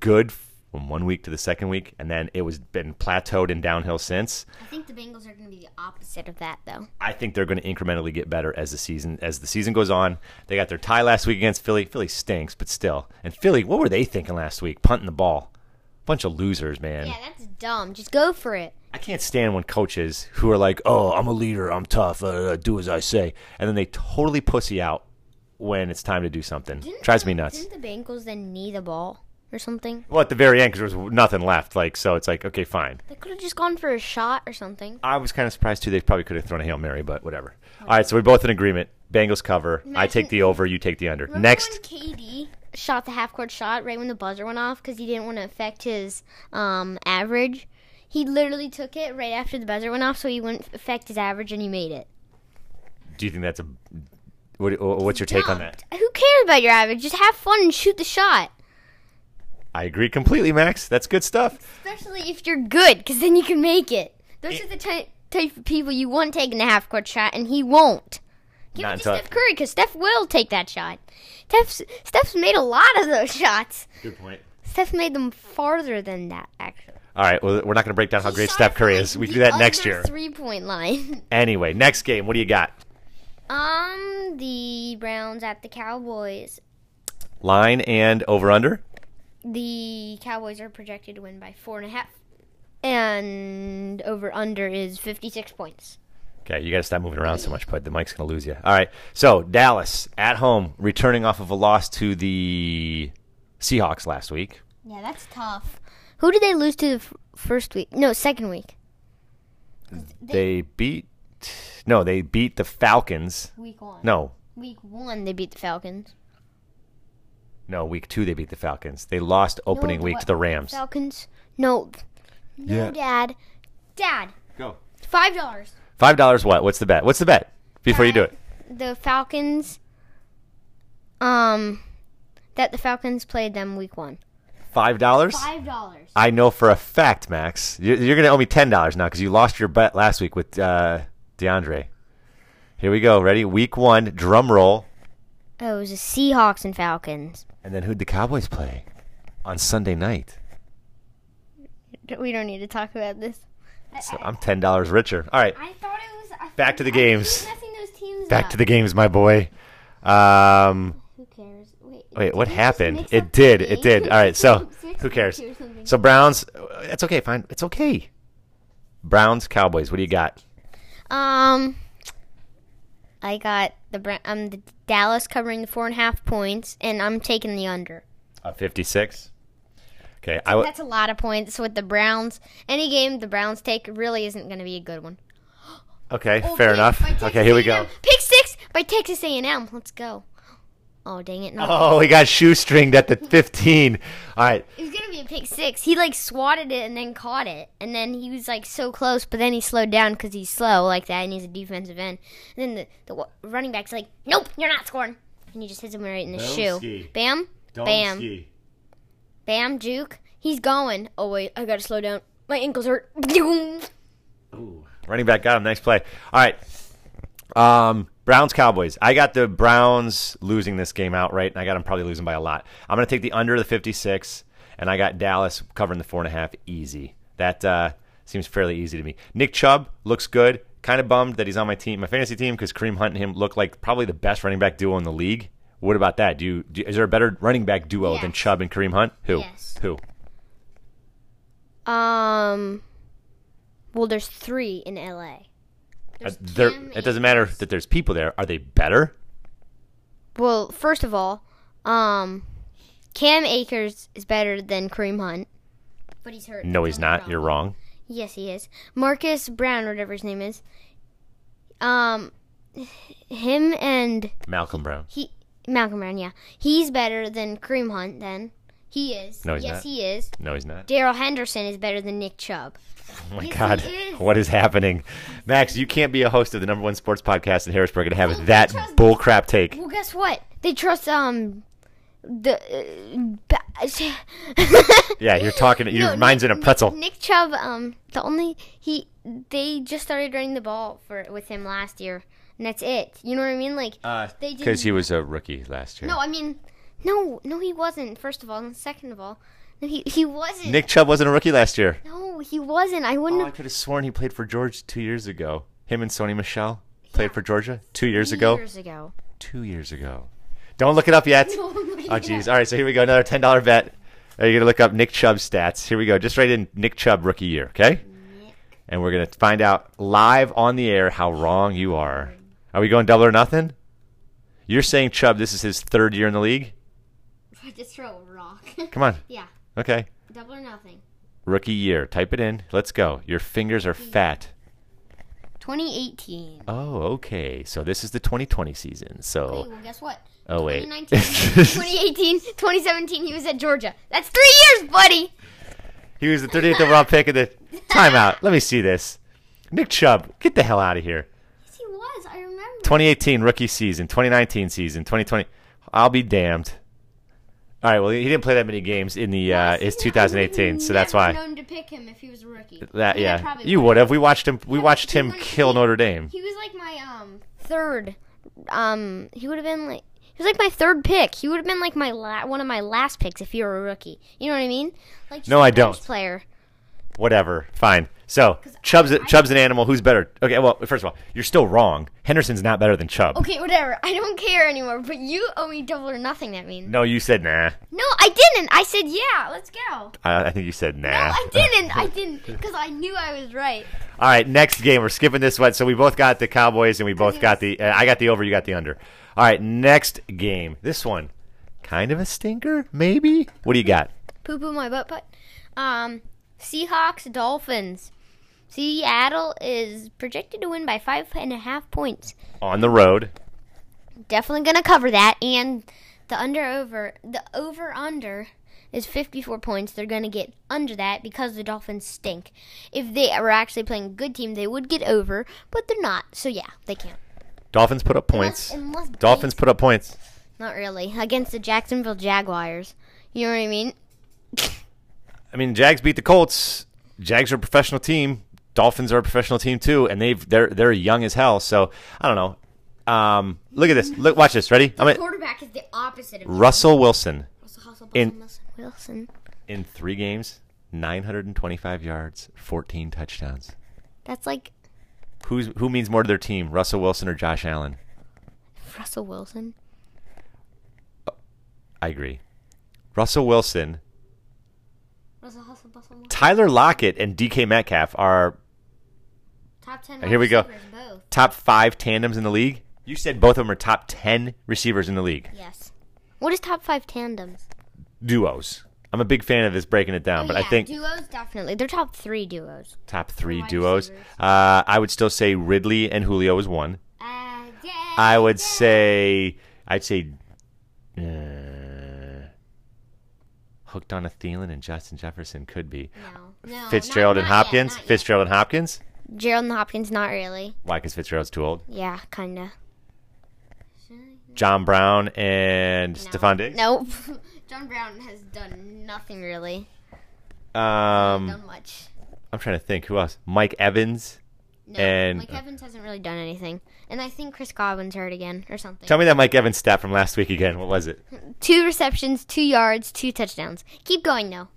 good from one week to the second week and then it was been plateaued and downhill since.
I think the Bengals are going to be the opposite of that, though.
I think they're going to incrementally get better as the season as the season goes on. They got their tie last week against Philly. Philly stinks, but still. And Philly, what were they thinking last week? Punting the ball. Bunch of losers, man.
Yeah, that's dumb. Just go for it.
I can't stand when coaches who are like, "Oh, I'm a leader, I'm tough, uh, uh, do as I say," and then they totally pussy out when it's time to do something. Drives me nuts.
Didn't the Bengals then knee the ball or something?
Well, at the very end, because there was nothing left, like so, it's like, okay, fine.
They could have just gone for a shot or something.
I was kind of surprised too. They probably could have thrown a hail mary, but whatever. All right, so we're both in agreement. Bengals cover. I take the over. You take the under.
Remember
Next,
when KD shot the half court shot right when the buzzer went off because he didn't want to affect his um, average. He literally took it right after the buzzer went off, so he wouldn't affect his average, and he made it.
do you think that's a? What, what's your take on that?
Who cares about your average? Just have fun and shoot the shot.
I agree completely, Max. That's good stuff.
Especially if you're good, because then you can make it. Those are the ty- type of people you want taking a half court shot, and he won't. Give
Not
it to
until-
Steph Curry, because Steph will take that shot. Steph's, Steph's made a lot of those shots.
Good point.
Steph made them farther than that, actually.
All right, well, we're not going to break down how great
Shot
Steph Curry
from
is. We
the
can do that next
other
year.
Three point line.
Anyway, next game. What do you got?
um, the Browns at the Cowboys.
Line and over under.
The Cowboys are projected to win by four and a half, and over under is fifty six points.
Okay, you got to stop moving around so much, bud. The mic's going to lose you. All right, so Dallas at home, returning off of a loss to the Seahawks last week.
Yeah, that's tough. Who did they lose to the f- first week? No, second week.
They beat. No, they beat the Falcons.
Week one.
No,
Week one, they beat the Falcons.
no, week two they beat the Falcons. They lost opening
the
week
what-
to the Rams.
Falcons. No. No,
Yeah.
Dad. Dad.
Go.
Five dollars.
Five dollars. What? What's the bet? What's the bet? Before you do it.
the Falcons um that the Falcons played them week 1.
Five dollars.
dollars.
I know for a fact, Max. You're, you're going to owe me ten dollars now because you lost your bet last week with uh, DeAndre. Here we go. Ready? Week one. Drum roll.
Oh, it was the Seahawks and Falcons.
And then who'd the Cowboys play on Sunday night?
We don't need to talk about this.
So I'm ten dollars richer. All right,
I thought it was I
Back to the I- games. who's
those teams
back to the games, my boy. Um,
Who cares?
wait, what happened? It did. It did. All right. So who cares? So Browns. uh, That's okay. Fine. It's okay. Browns, Cowboys. What do you got?
Um I got the Bra- um the Dallas covering the four and a half points, and I'm taking the under.
Uh, Fifty-six. Okay. I w-
That's a lot of points with the Browns. Any game the Browns take really isn't going to be a good one.
okay. Fair enough. Okay. Here we go.
Pick six by Texas A&M. Let's go. Oh, dang it. No.
Oh, he got shoestringed at the 15. All right.
It was going to be a pick six. He, like, swatted it and then caught it. And then he was, like, so close, but then he slowed down because he's slow like that and he's a defensive end. And then the, the wa- running back's like, nope, you're not scoring. And he just hits him right in the shoe.
Domsky.
Bam. Bam. Bam, juke. He's going. Oh, wait, I gotta slow down. My ankles hurt.
Running back got him. Next play. All right. Um, Browns Cowboys. I got the Browns losing this game outright, and I got them probably losing by a lot. I'm going to take the under the 56, and I got Dallas covering the four and a half easy. That uh, seems fairly easy to me. Nick Chubb looks good. Kind of bummed that he's on my team, my fantasy team, because Kareem Hunt and him look like probably the best running back duo in the league. What about that? Do, you, do is there a better running back duo than
Yes.
Chubb and Kareem Hunt? Who?
Yes.
Who?
Um, well, there's three in LA.
Uh,
There's
there-
Cam
it doesn't matter that there's people there. Are they better?
Well, first of all, um, Cam Akers is better than Kareem Hunt. But he's hurt.
No, he's not. You're wrong.
Yes, he is. Marcus Brown, or whatever his name is. Um, him and
Malcolm Brown.
he Malcolm Brown. Yeah, he's better than Kareem Hunt. Then he is.
No, he's
yes,
not.
he is.
No, he's not.
Daryl Henderson is better than Nick Chubb.
Oh my
Yes,
God,
he is.
what is happening, Max? You can't be a host of the number one sports podcast in Harrisburg and
Oh,
have that bullcrap take.
Well, guess what? They trust um the uh, ba-
Yeah, you're talking. Your mind's in a pretzel.
Nick Chubb. Um, the only he they just started running the ball for with him last year, and that's it. You know what I mean? Like they didn't-
Because Uh, he was a rookie last year.
No, I mean, no, no, he wasn't. First of all, and second of all, no, he he wasn't.
Nick Chubb wasn't a rookie last year.
no, he wasn't. I wouldn't.
Oh, I
have
could have sworn he played for Georgia two years ago. Him and Sony Michelle played for Georgia two years ago.
Years ago.
Two years ago. Don't look it up yet. Oh jeez. All right, so here we go. Another ten dollar bet. Are you gonna look up Nick Chubb stats? Here we go. Just write in Nick Chubb rookie year, okay? And we're gonna find out live on the air how wrong you are. Are we going double or nothing? You're saying Chubb, this is his third year in the league?
I just throw a rock.
Come on.
yeah,
Okay.
double or nothing.
Rookie year. Type it in. Let's go. Your fingers are fat.
2018.
Oh, okay. So this is the 2020 season.
Hey,
So
well, guess what?
oh wait.
2019, 2018, 2017, he was at Georgia. That's three years, buddy.
He was the 38th overall pick of the timeout. Let me see this. Nick Chubb, get the hell out of here.
Yes, he was. I remember.
2018 rookie season, 2019 season, 2020. I'll be damned. All right. Well, he didn't play that many games in the uh, his 2018, so that's
Never
why.
Known to pick him if he was a rookie.
That
And I
yeah,
probably
you would have. We watched him. We watched him
like-
kill Notre Dame.
He was like my um third. Um, he would have been like he was like my third pick. He would have been like my la- one of my last picks if you were a rookie. You know what I mean? Like just
No,
a
I
bench
don't.
Player.
Whatever. Fine. So Chubb's Chubb's an animal. Who's better? Okay. Well, first of all, you're still wrong. Henderson's not better than Chubb.
Okay, whatever. I don't care anymore. But you owe me double or nothing. That means
No, you said nah.
no, I didn't. I said yeah. Let's go.
I, I think you said nah.
No, Oh, I didn't. I didn't because I knew I was right.
All right, next game. We're skipping this one. So we both got the Cowboys, and we both got the. Uh, I got the over. You got the under. All right, next game. This one, kind of a stinker, maybe. What do you got?
Poo poo my butt putt. Um, Seahawks Dolphins. Seattle is projected to win by five and a half points.
On the road.
definitely gonna cover that and the under over the over under is 54 points they're gonna get under that because the dolphins stink if they were actually playing a good team they would get over but they're not so yeah they can't
Dolphins put up points.
unless
Dolphins put up points.
not really against the jacksonville jaguars you know what i mean
I mean, Jags beat the Colts. Jags are a professional team. Dolphins are a professional team too, and they've they're they're young as hell. So I don't know. Um, look at this. Look, watch this. Ready? I'm at
quarterback is the opposite of
Russell Wilson in-
wilson, wilson
in three games, 925 yards, 14 touchdowns.
that's like
Who's who means more to their team, Russell Wilson or Josh Allen?
russell wilson
I agree. Russell Wilson,
russell hustle bustle
Tyler Lockett, and DK Metcalf are
top 10
Here we go. receivers,
both
top five tandems in the league. You said both of them are top ten receivers in the league.
yes what is top five tandems
Duos. I'm a big fan of this breaking it down, Um, but I
Oh, Yeah,
think
duos definitely. They're top three duos.
top three
wide
duos.
receivers.
Uh, I would still say Ridley and Julio is one.
Uh, yeah.
I would say I'd say hooked on a Thielen and Justin Jefferson could be.
No, no.
Fitzgerald
not-
and
not yet,
Hopkins?
not yet.
Fitzgerald and Hopkins?
Gerald and Hopkins, not really.
Why? Because Fitzgerald's too old.
Yeah, kinda.
John Brown and Stephon Diggs?
Nope. John Brown has done nothing really.
Um,
done much.
I'm trying to think. Who else? Mike Evans?
No,
and-
Mike Evans hasn't really done anything. And I think Chris Godwin's hurt again or something.
Tell me that Mike Evans stat from last week again. What was it?
two receptions, two yards, two touchdowns. Keep going though.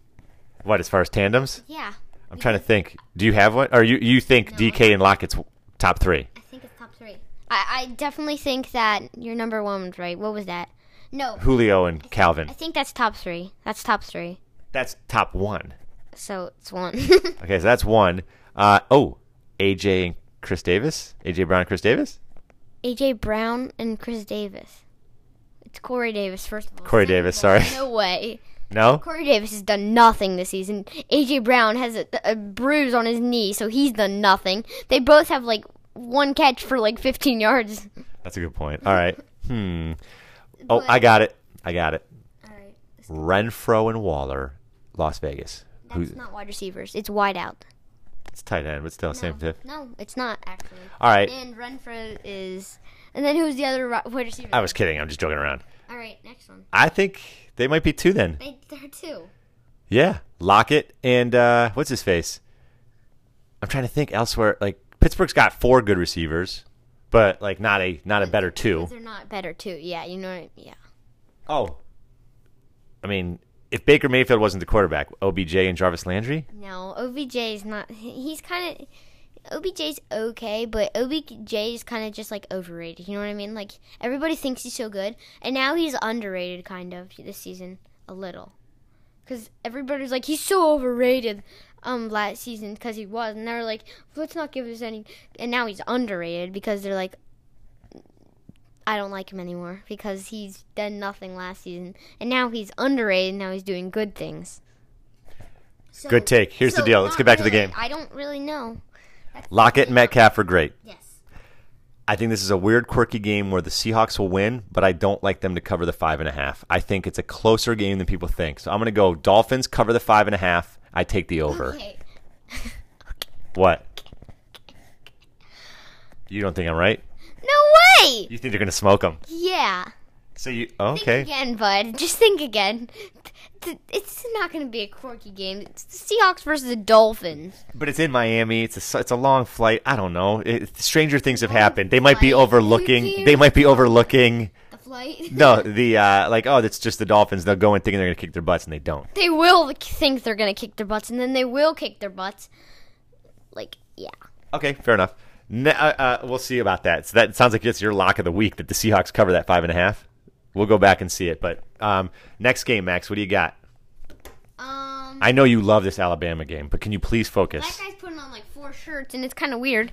What, as far as tandems?
Yeah.
I'm trying to think. Do you have one? Or you, you think DK and Lockett's top three?
I think it's top three. I, I definitely think that your number one was right. What was that? No.
Julio and Calvin.
I think that's top three. That's top three.
That's top one.
So it's one.
Okay, so that's one. Uh, oh, AJ and Chris Davis? AJ Brown and Chris Davis?
AJ Brown and Chris Davis. It's Corey Davis, first of all.
Corey Davis, sorry.
No way.
No?
Corey Davis has done nothing this season. AJ Brown has a, a bruise on his knee, so he's done nothing. They both have like one catch for like 15 yards.
That's a good point. All right. Hmm. Oh, I got it. I got it.
All right.
Renfro and Waller, Las Vegas. Who's
That's not wide receivers. It's wide out.
it's tight end, but still same tip.
No, Mm. it's not actually.
All right.
And Renfro is. And then who's the other ri- wide receiver?
I was kidding. I'm just joking around.
All right, next one.
I think they might be two then.
They, there are two.
Yeah. Lockett and uh, what's his face? I'm trying to think elsewhere. Like Pittsburgh's got four good receivers, but like not a not a better two.
They're not better too. Yeah, you know what? I- Yeah.
Oh. I mean, if Baker Mayfield wasn't the quarterback, OBJ and Jarvis Landry?
No, OBJ is not. he- He's kind of. OBJ's okay, but OBJ is kind of just like overrated. You know what I mean? Like everybody thinks he's so good, and now he's underrated kind of this season a little, because everybody's like he's so overrated. Um, last season because he was, and they're like, let's not give us any. And now he's underrated because they're like, I don't like him anymore because he's done nothing last season, and now he's underrated. Now he's doing good things. So-
Good take. Here's the
so
deal. Let's
not
get back to the
really.
game.
I don't really know.
Lockett and Metcalf are great.
Yes.
I think this is a weird, quirky game where the Seahawks will win, but I don't like them to cover the five and a half. I think it's a closer game than people think. So I'm going to go Dolphins cover the five and a half. I take the over.
Okay.
What? You don't think I'm right?
No way.
You think they're going to smoke them?
Yeah.
So you
Think
okay?
again, bud. Just think again. Th- It's not going to be a quirky game. It's the Seahawks versus the Dolphins.
But it's in Miami. It's a s- it's a long flight. I don't know. It, stranger things have happened. They might be
flight.
overlooking. They might be overlooking.
The flight.
No, the uh, like oh, it's just the Dolphins. They'll go in thinking they're going to kick their butts, and they don't.
They will think they're going to kick their butts, and then they will kick their butts. Like, yeah.
Okay, fair enough. Ne- uh, uh, we'll see about that. So that sounds like it's your lock of the week that the Seahawks cover that five and a half. We'll go back and see it. But um, next game, Max, what do you got?
Um.
I know you love this Alabama game, but can you please
That
focus?
guy's putting on like four shirts, and it's kind of weird.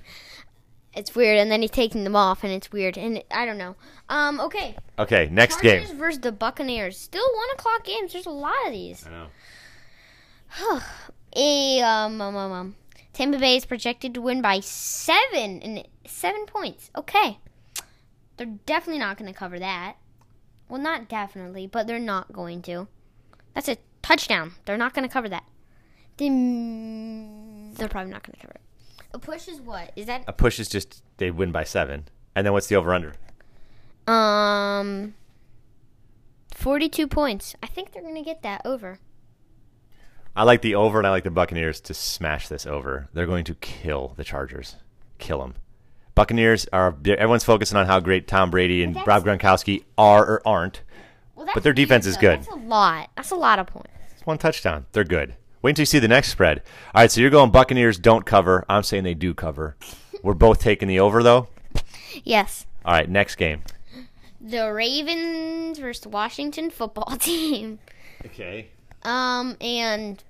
It's weird, and then he's taking them off, and it's weird, and I don't know. Um, okay.
Okay, next game.
Chargers versus the Buccaneers. Still one o'clock games. There's a lot of these.
I know.
Eh, um, um, um, um. Tampa Bay is projected to win by seven and seven points. Okay, they're definitely not going to cover that. Well, not definitely, but they're not going to. That's a touchdown. They're not going to cover that. They, they're probably not going to cover it. A push is what? Is that
A push is just they win by seven. And then what's the over under?
um forty-two points? I think they're going to get that over.
I like the over and I like the Buccaneers to smash this over. They're going to kill the Chargers. Kill them. Buccaneers are everyone's focusing on how great Tom Brady and Rob
That's-
Gronkowski are or aren't.
Well, that's
But their defense
weird,
is
though.
good.
That's a lot. That's a lot of points.
one touchdown. They're good. Wait until you see the next spread. All right, so you're going Buccaneers don't cover. I'm saying they do cover. We're both taking the over though.
Yes.
All right, next game.
The Ravens versus the Washington football team.
Okay.
Um, and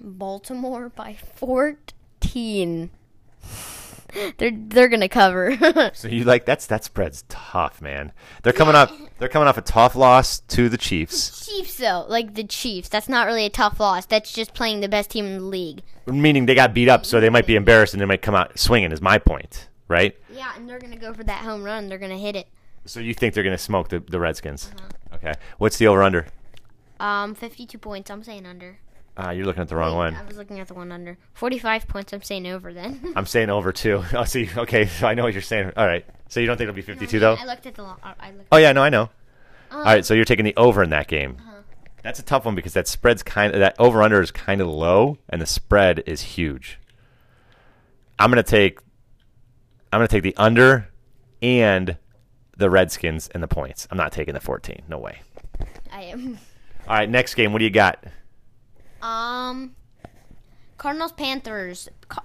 Baltimore by 14. They're they're gonna cover.
So you like that's that spread's tough, man. They're coming up. They're coming off a tough loss to the Chiefs,
Chiefs though, like the Chiefs. That's not really a tough loss. That's just playing the best team in the league.
meaning they got beat up, so they might be embarrassed and they might come out swinging. Is my point, right?
Yeah, and they're gonna go for that home run. They're gonna hit it.
So you think they're going to smoke the, the Redskins? Okay. What's the over under?
Um, 52 points. I'm saying under.
Ah, you're looking at the wrong one.
I was looking at the one under. 45 points. I'm saying over then.
I'm saying over two. Oh, see, okay, so I know what you're saying. All right, so you don't think it'll be 52 though?
I looked at the. Lo- I looked.
Oh yeah, no, I know. All right, so you're taking the over in that game. That's a tough one because that spread's kind of that over under is kind of low, and the spread is huge. I'm gonna take, I'm gonna take the under, and the Redskins and the points. I'm not taking the 14. No way.
I am.
All right, next game. What do you got?
Um, Cardinals Panthers. Ca-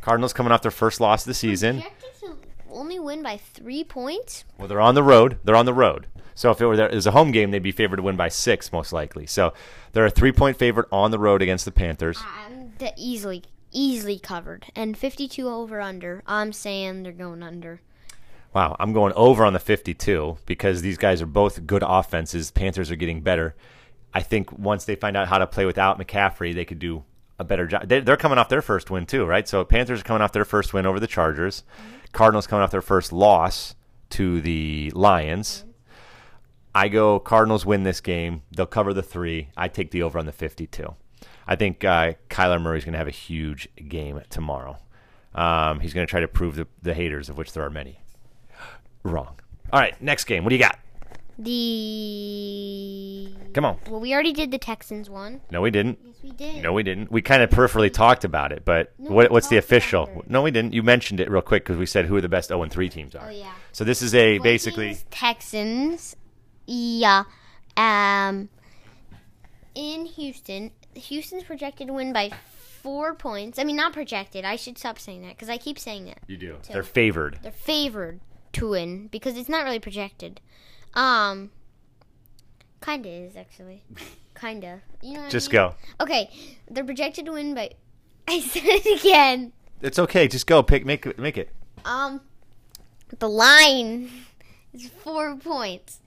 Cardinals coming off their first loss of the season.
projected to only win by three points.
Well, they're on the road. They're on the road. So if it were there is a home game, they'd be favored to win by six, most likely. So they're a three point favorite on the road against the Panthers.
I'm de- easily easily covered and 52 over under. I'm saying they're going under.
Wow, I'm going over on the 52 because these guys are both good offenses. Panthers are getting better. I think once they find out how to play without McCaffrey, they could do a better job. They- They're coming off their first win too, right? So Panthers are coming off their first win over the Chargers. Cardinals coming off their first loss to the Lions. I go Cardinals win this game. They'll cover the three. I take the over on the 52. I think uh, Kyler Murray's going to have a huge game tomorrow. Um, he's going to try to prove the, the haters, of which there are many, wrong. All right, next game. What do you got?
The
Come on.
well, we already did the Texans one.
No, we didn't.
Yes, we did.
No, we didn't. We kind of peripherally talked about it, but
No,
what,
we
what's the
talked
official?
about it.
No, we didn't. You mentioned it real quick because we said who the best 0 and 3 teams are.
Oh yeah.
So this is a
What
basically.
is Texans. Yeah. Um. In Houston, Houston's projected to win by four points. I mean, not projected. I should stop saying that because I keep saying that.
You do. They're favored.
They're favored to win because it's not really projected. Um. Kinda is actually. Kinda. You know. What
Just
I mean?
go.
Okay, they're projected to win by. I said it again.
It's okay. Just go. Pick. Make. it- Make it.
Um, the line is four points.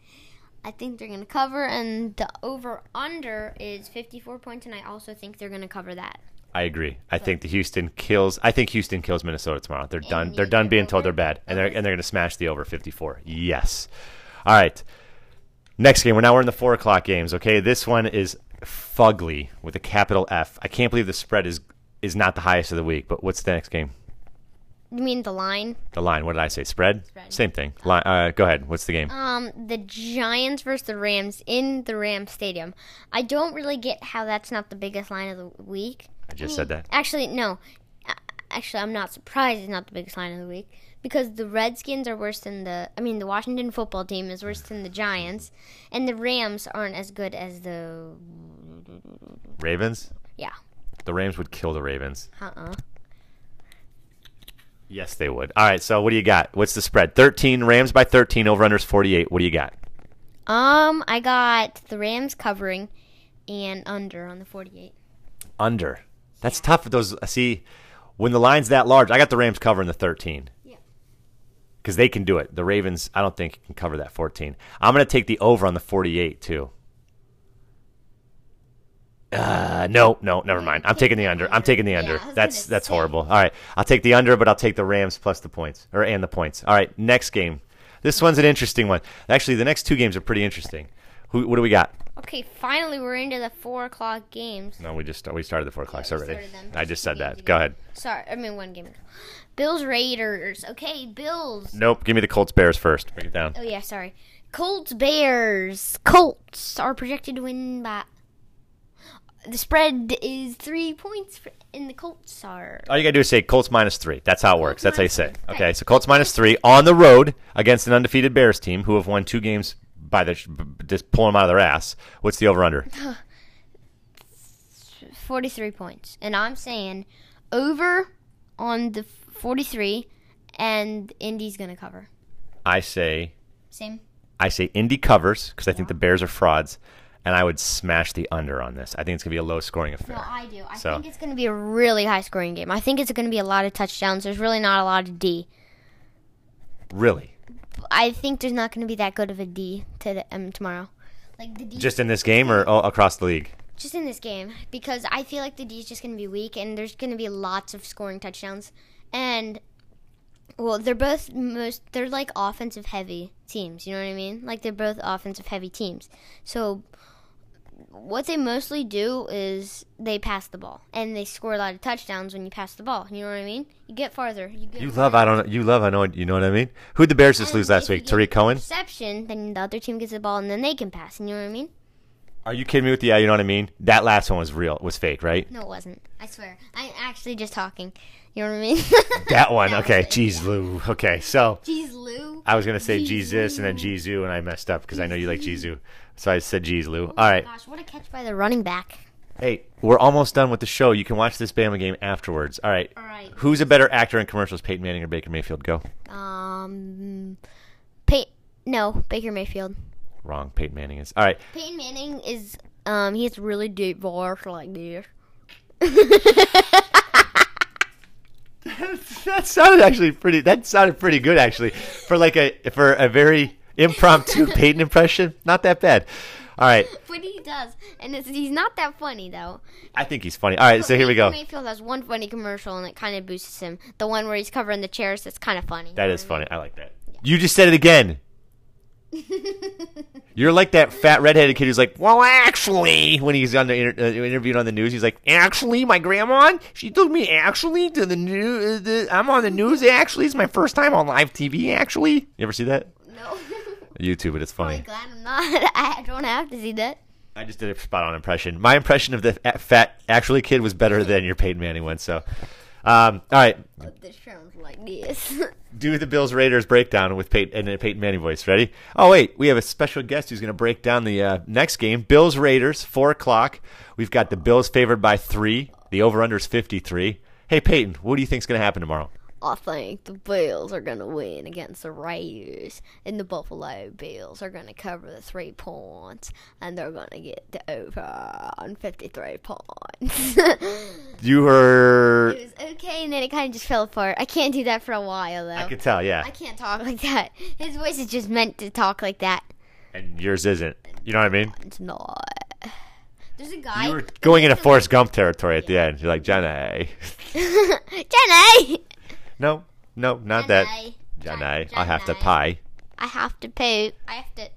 I think they're gonna cover, and the over under is fifty four points, and I also think they're gonna cover that.
I agree. I think the Houston kills. I think Houston kills Minnesota tomorrow. They're done.
you
They're done
think
being told
over?
they're bad, and they're and they're going to smash the over fifty four. Yes. All right. Next game. We're now we're in the four o'clock games. Okay, this one is fugly with a capital F. I can't believe the spread is is not the highest of the week. But what's the next game?
You mean the line?
The line. What did I say? Spread. Same thing. Line, uh, go ahead. What's the game?
Um, the Giants versus the Rams in the Rams Stadium. I don't really get how that's not the biggest line of the week.
I just said that.
Actually, no. A- Actually, I'm not surprised it's not the biggest line of the week because the Redskins are worse than the. I mean, the Washington football team is worse than the Giants, and the Rams aren't as good as the.
Ravens.
Yeah.
The Rams would kill the Ravens.
Uh uh
Yes, they would. All right. So what do you got? What's the spread? Thirteen Rams by thirteen. Over unders forty eight. What do you got?
Um, I got the Rams covering and under on the 48.
under. That's tough with those. uh, See, when the line's that large, I got the Rams covering the 13.
Yeah.
Because they can do it. The Ravens, I don't think, can cover that 14. I'm going to take the over on the 48, too. Uh, no, no, never mind. I'm taking the under. I'm taking the under.
Yeah, I was
that's
gonna
that's
say.
horrible. All right, I'll take the under, but I'll take the Rams plus the points or and the points. All right, next game. This one's an interesting one. Actually, the next two games are pretty interesting. Who? What do we got?
Okay, finally, we're into the 4 o'clock games.
No, we just we started the four o'clock.
we
already.
started them.
I just said
Two games
that.
ago.
Go ahead.
Sorry, I mean, one game. Bills Raiders. Okay, Bills.
Nope. Give me the Colts Bears first. Break it down.
Oh yeah, sorry. Colts Bears. Colts are projected to win by. The spread is three points, for, and the Colts are.
All you gotta do is say Colts minus three. That's how it works. That's how you
minus
say. it.
three.
Okay, so Colts minus three on the road against an undefeated Bears team who have won two games by the b- b- just pulling them out of their ass. What's the over under?
43 points. And I'm saying over on the 43, and Indy's going to cover.
I say
Same.
I say Indy covers because I think the Bears are frauds, and I would smash the under on this. I think it's gonna be a low scoring affair.
No, I do. I
So-
think it's going to be a really high scoring game. I think it's going to be a lot of touchdowns. There's really not a lot of D.
really?
I think there's not going to be that good of a D today, um, tomorrow. Like the D
Just in this game or oh, across the league?
just in this game because I feel like the D is just going to be weak and there's going to be lots of scoring touchdowns. And well, they're both most they're like offensive heavy teams, you know what I mean? Like they're both offensive heavy teams. So what they mostly do is they pass the ball and they score a lot of touchdowns when you pass the ball. You know what I mean? You get farther. You, get
You love I don't you love I know you know what I mean. Who would the Bears just
And
lose last
if you
week?
get
Tariq Cohen.
Interception, then the other team gets the ball and then they can pass. You know what I mean?
Are you kidding me with the yeah? You know what I mean? That last one was real. Was fake, right?
No, it wasn't. I swear. I'm actually just talking. You know what I mean?
That one.
That was
okay.
it.
Jeez, Lou. Okay, so
Jeez, Lou.
I was gonna say Jesus and then Jizu, and I messed up because I know you like Jizu, so I said Jeez, Lou. All right.
Gosh, what a catch by the running back.
Hey, we're almost done with the show. You can watch this Bama game afterwards. All right.
All right.
Who's a better actor in commercials, Peyton Manning or Baker Mayfield? Go.
Um, Pey- no, Baker Mayfield.
Wrong. Peyton Manning is. All right.
Peyton Manning is um he has really deep voice like this.
That sounded actually pretty. That sounded pretty good actually for like a for a very impromptu Peyton impression. Not that bad. All right.
But he does, and it's, he's not that funny though.
I think he's funny. All right. So here we go.
Baker Mayfield has one funny commercial, and it kind of boosts him. The one where he's covering the chairs, that's kind of funny.
That is funny. I like that. You just said it again. You're like that fat redheaded kid who's like, well, actually, when he's on the inter- uh, interviewed on the news, he's like, actually, my grandma, she took me actually to the news. The- I'm on the news. Actually, it's my first time on live TV. Actually, you ever see that?
no,
YouTube, but it's funny.
I'm glad I'm not. I don't have to see that.
I just did a spot on impression. My impression of the a- fat actually kid was better than your Peyton Manning one. So, um, all right,
But this sounds like this.
do the Bills Raiders breakdown with Peyton and a Peyton Manning voice. Ready? Oh wait, we have a special guest who's going to break down the uh, next game. Bills Raiders, four o'clock. We've got the Bills favored by three. The over under is fifty three. Hey Peyton, what do you think's going to happen tomorrow?
I think the Bills are gonna win against the Raiders, and the Buffalo Bills are gonna cover the three points, and they're gonna get the over on fifty-three points. it
You were.
was okay, and then it kind of just fell apart. I can't do that for a while though.
I could tell, yeah.
I can't talk like that. His voice is just meant to talk like that.
And yours isn't. You know what I mean?
It's not. There's a guy.
You were going into Forrest Gump territory at the end. You're like Johnny.
Jenny.
No, no, not that.
Jenny.
Johnny, I have to
Johnny.
pay.
I have to poop. I have to.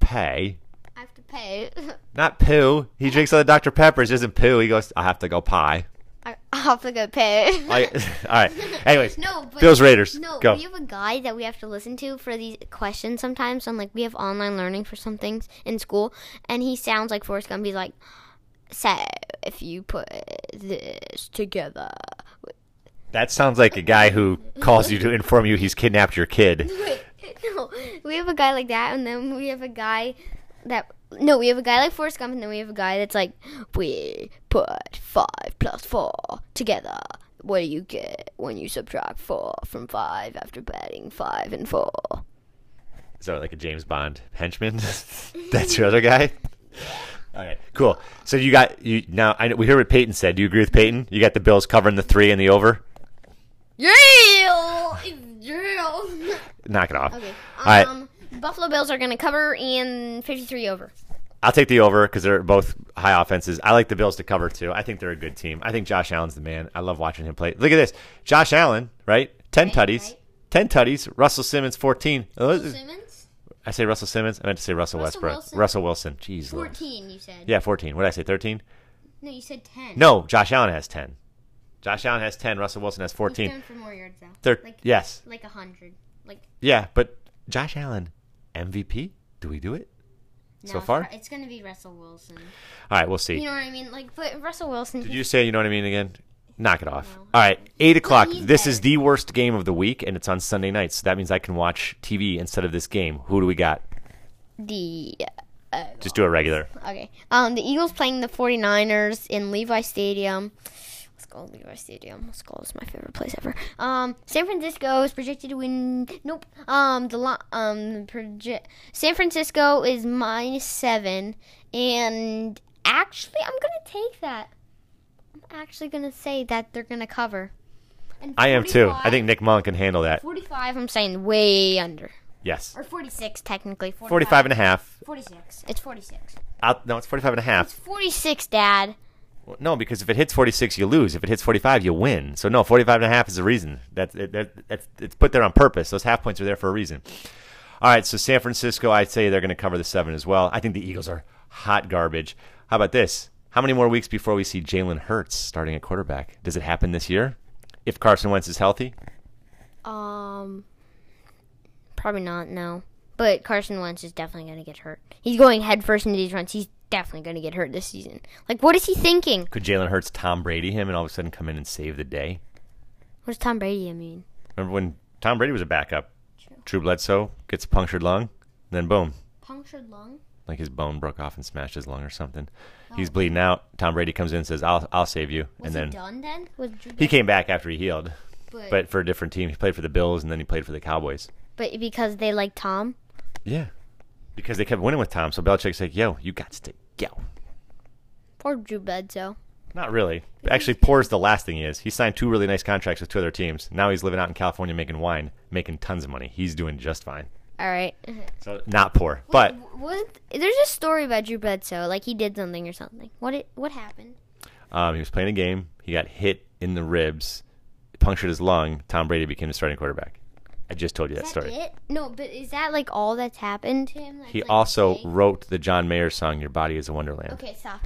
Pay.
I have to poop.
Not poo. He drinks all the Dr. Peppers. Doesn't poo. He goes. I have to go pie.
I I have to go poop.
Like, all right. Anyways,
No, but
Bills Raiders.
No,
go.
we have a guy that we have to listen to for these questions sometimes. And like we have online learning for some things in school, and he sounds like Forrest Gump. He's like, "So if you put this together,
that sounds like a guy who calls you to inform you he's kidnapped your kid.
wait, no." We have a guy like that, and then we have a guy that no, we have a guy like Forrest Gump, and then we have a guy that's like, "We put five plus four together." What do you get when you subtract four from five after batting five and four?
So like a James Bond henchman. That's your other guy. All right, cool. So you got you now. I know, we heard what Peyton said. Do you agree with Peyton? You got the Bills covering the three and the over.
Yeah, it's real.
Knock it off.
Okay. Um,
All right.
Buffalo Bills are going to cover in 53 over.
I'll take the over because they're both high offenses. I like the Bills to cover too. I think they're a good team. I think Josh Allen's the man. I love watching him play. Look at this, Josh Allen, right? Ten tutties,
right.
ten tutties. Russell Simmons, fourteen. Uh,
Simmons?
I say Russell Simmons. I meant to say Russell, Westbrook.
Wilson.
Russell Wilson. Jeez, Louise.
14, you said.
Yeah, fourteen. What did I say? Thirteen?
No, you said 10.
No, Josh Allen has ten. Josh Allen has ten. Russell Wilson has
He's
fourteen.
going for more yards, though.
Thir-
like,
yes.
Like 100. Like,
Yeah, but Josh Allen, MVP. Do we do it?
no,
So far?
It's going to be Russell Wilson.
All right, we'll see.
You know what I mean? Like, but Russell Wilson.
Did you say you know what I mean again? Knock it off. All right, eight o'clock.
he's
This is
better.
the worst game of the week, and it's on Sunday nights. So that means I can watch TV instead of this game. Who do we got?
The.
Just do it regular.
Okay. Um, the Eagles playing the 49ers in Levi Stadium. Let's go Levi Stadium. Let's go. It's my favorite place ever. Um, San Francisco is projected to win. Nope. Um, the lo- um proje- San Francisco is minus seven, and actually, I'm gonna take that. I'm actually gonna say that they're gonna cover. And
I am too.
45
I think Nick Mullen can handle that.
45. I'm saying way under
Yes.
or 46 technically. 45.
45 and a half.
46. It's 46.
I'll, no, it's 45 and a half.
46, Dad.
No, because if it hits 46, you lose. If it hits 45, you win. So no, 45 and a half is the reason. That's it, that, that's it's put there on purpose. Those half points are there for a reason. All right, so San Francisco, I'd say they're going to cover the seven as well. I think the Eagles are Hot garbage. How about this? How many more weeks before we see Jalen Hurts starting at quarterback? Does it happen this year? If Carson Wentz is healthy?
Um, probably not. No, but Carson Wentz is definitely going to get hurt. He's going headfirst into these runs. He's definitely going to get hurt this season. Like, what is he thinking?
Could Jalen Hurts Tom Brady him and all of a sudden come in and save the day?
What does Tom Brady mean?
Remember when Tom Brady was a backup? True Bledsoe gets a punctured lung, then boom,
Punctured lung.
like his bone broke off and smashed his lung or something. He's bleeding out. Tom Brady comes in and says, "I'll I'll save you," and then
done then? Was Drew
he came back after he healed,
but,
but for a different team. He played for the Bills and then he played for the Cowboys.
but because they like Tom.
Yeah, because they kept winning with Tom. So Belichick's like, "Yo, you got to go."
Poor Drew Bledsoe.
Not really. Actually, poor is the last thing he is. He signed two really nice contracts with two other teams. Now he's living out in California making wine, making tons of money. He's doing just fine.
All right.
So not poor, but
What? There's a story about Drew Bledsoe. Like he did something or something. What? It, what happened?
Um, he was playing a game. He got hit in the ribs, punctured his lung. Tom Brady became the starting quarterback. I just told you that, story.
It? No, but is that like all that's happened to him? That's,
He
like,
also
big?
wrote the John Mayer song "Your Body Is a Wonderland."
Okay, stop.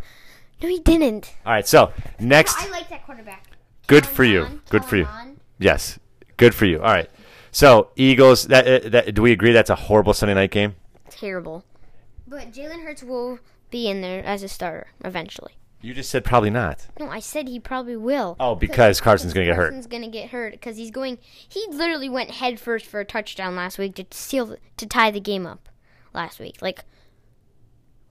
No, he didn't.
All right, so next,
I like that quarterback.
good
Kellen
for you.
Mond,
Good for you.
Kellen Mond.
Yes, good for you. All right, so Eagles. That, uh, that do we agree? That's a horrible Sunday night game.
Terrible. But Jalen Hurts will be in there as a starter eventually.
You just said probably not.
No, I said he probably will.
Oh, because Carson's gonna get hurt.
Carson's gonna get hurt because he's going. He literally went head first for a touchdown last week to seal the, to tie the game up last week. Like,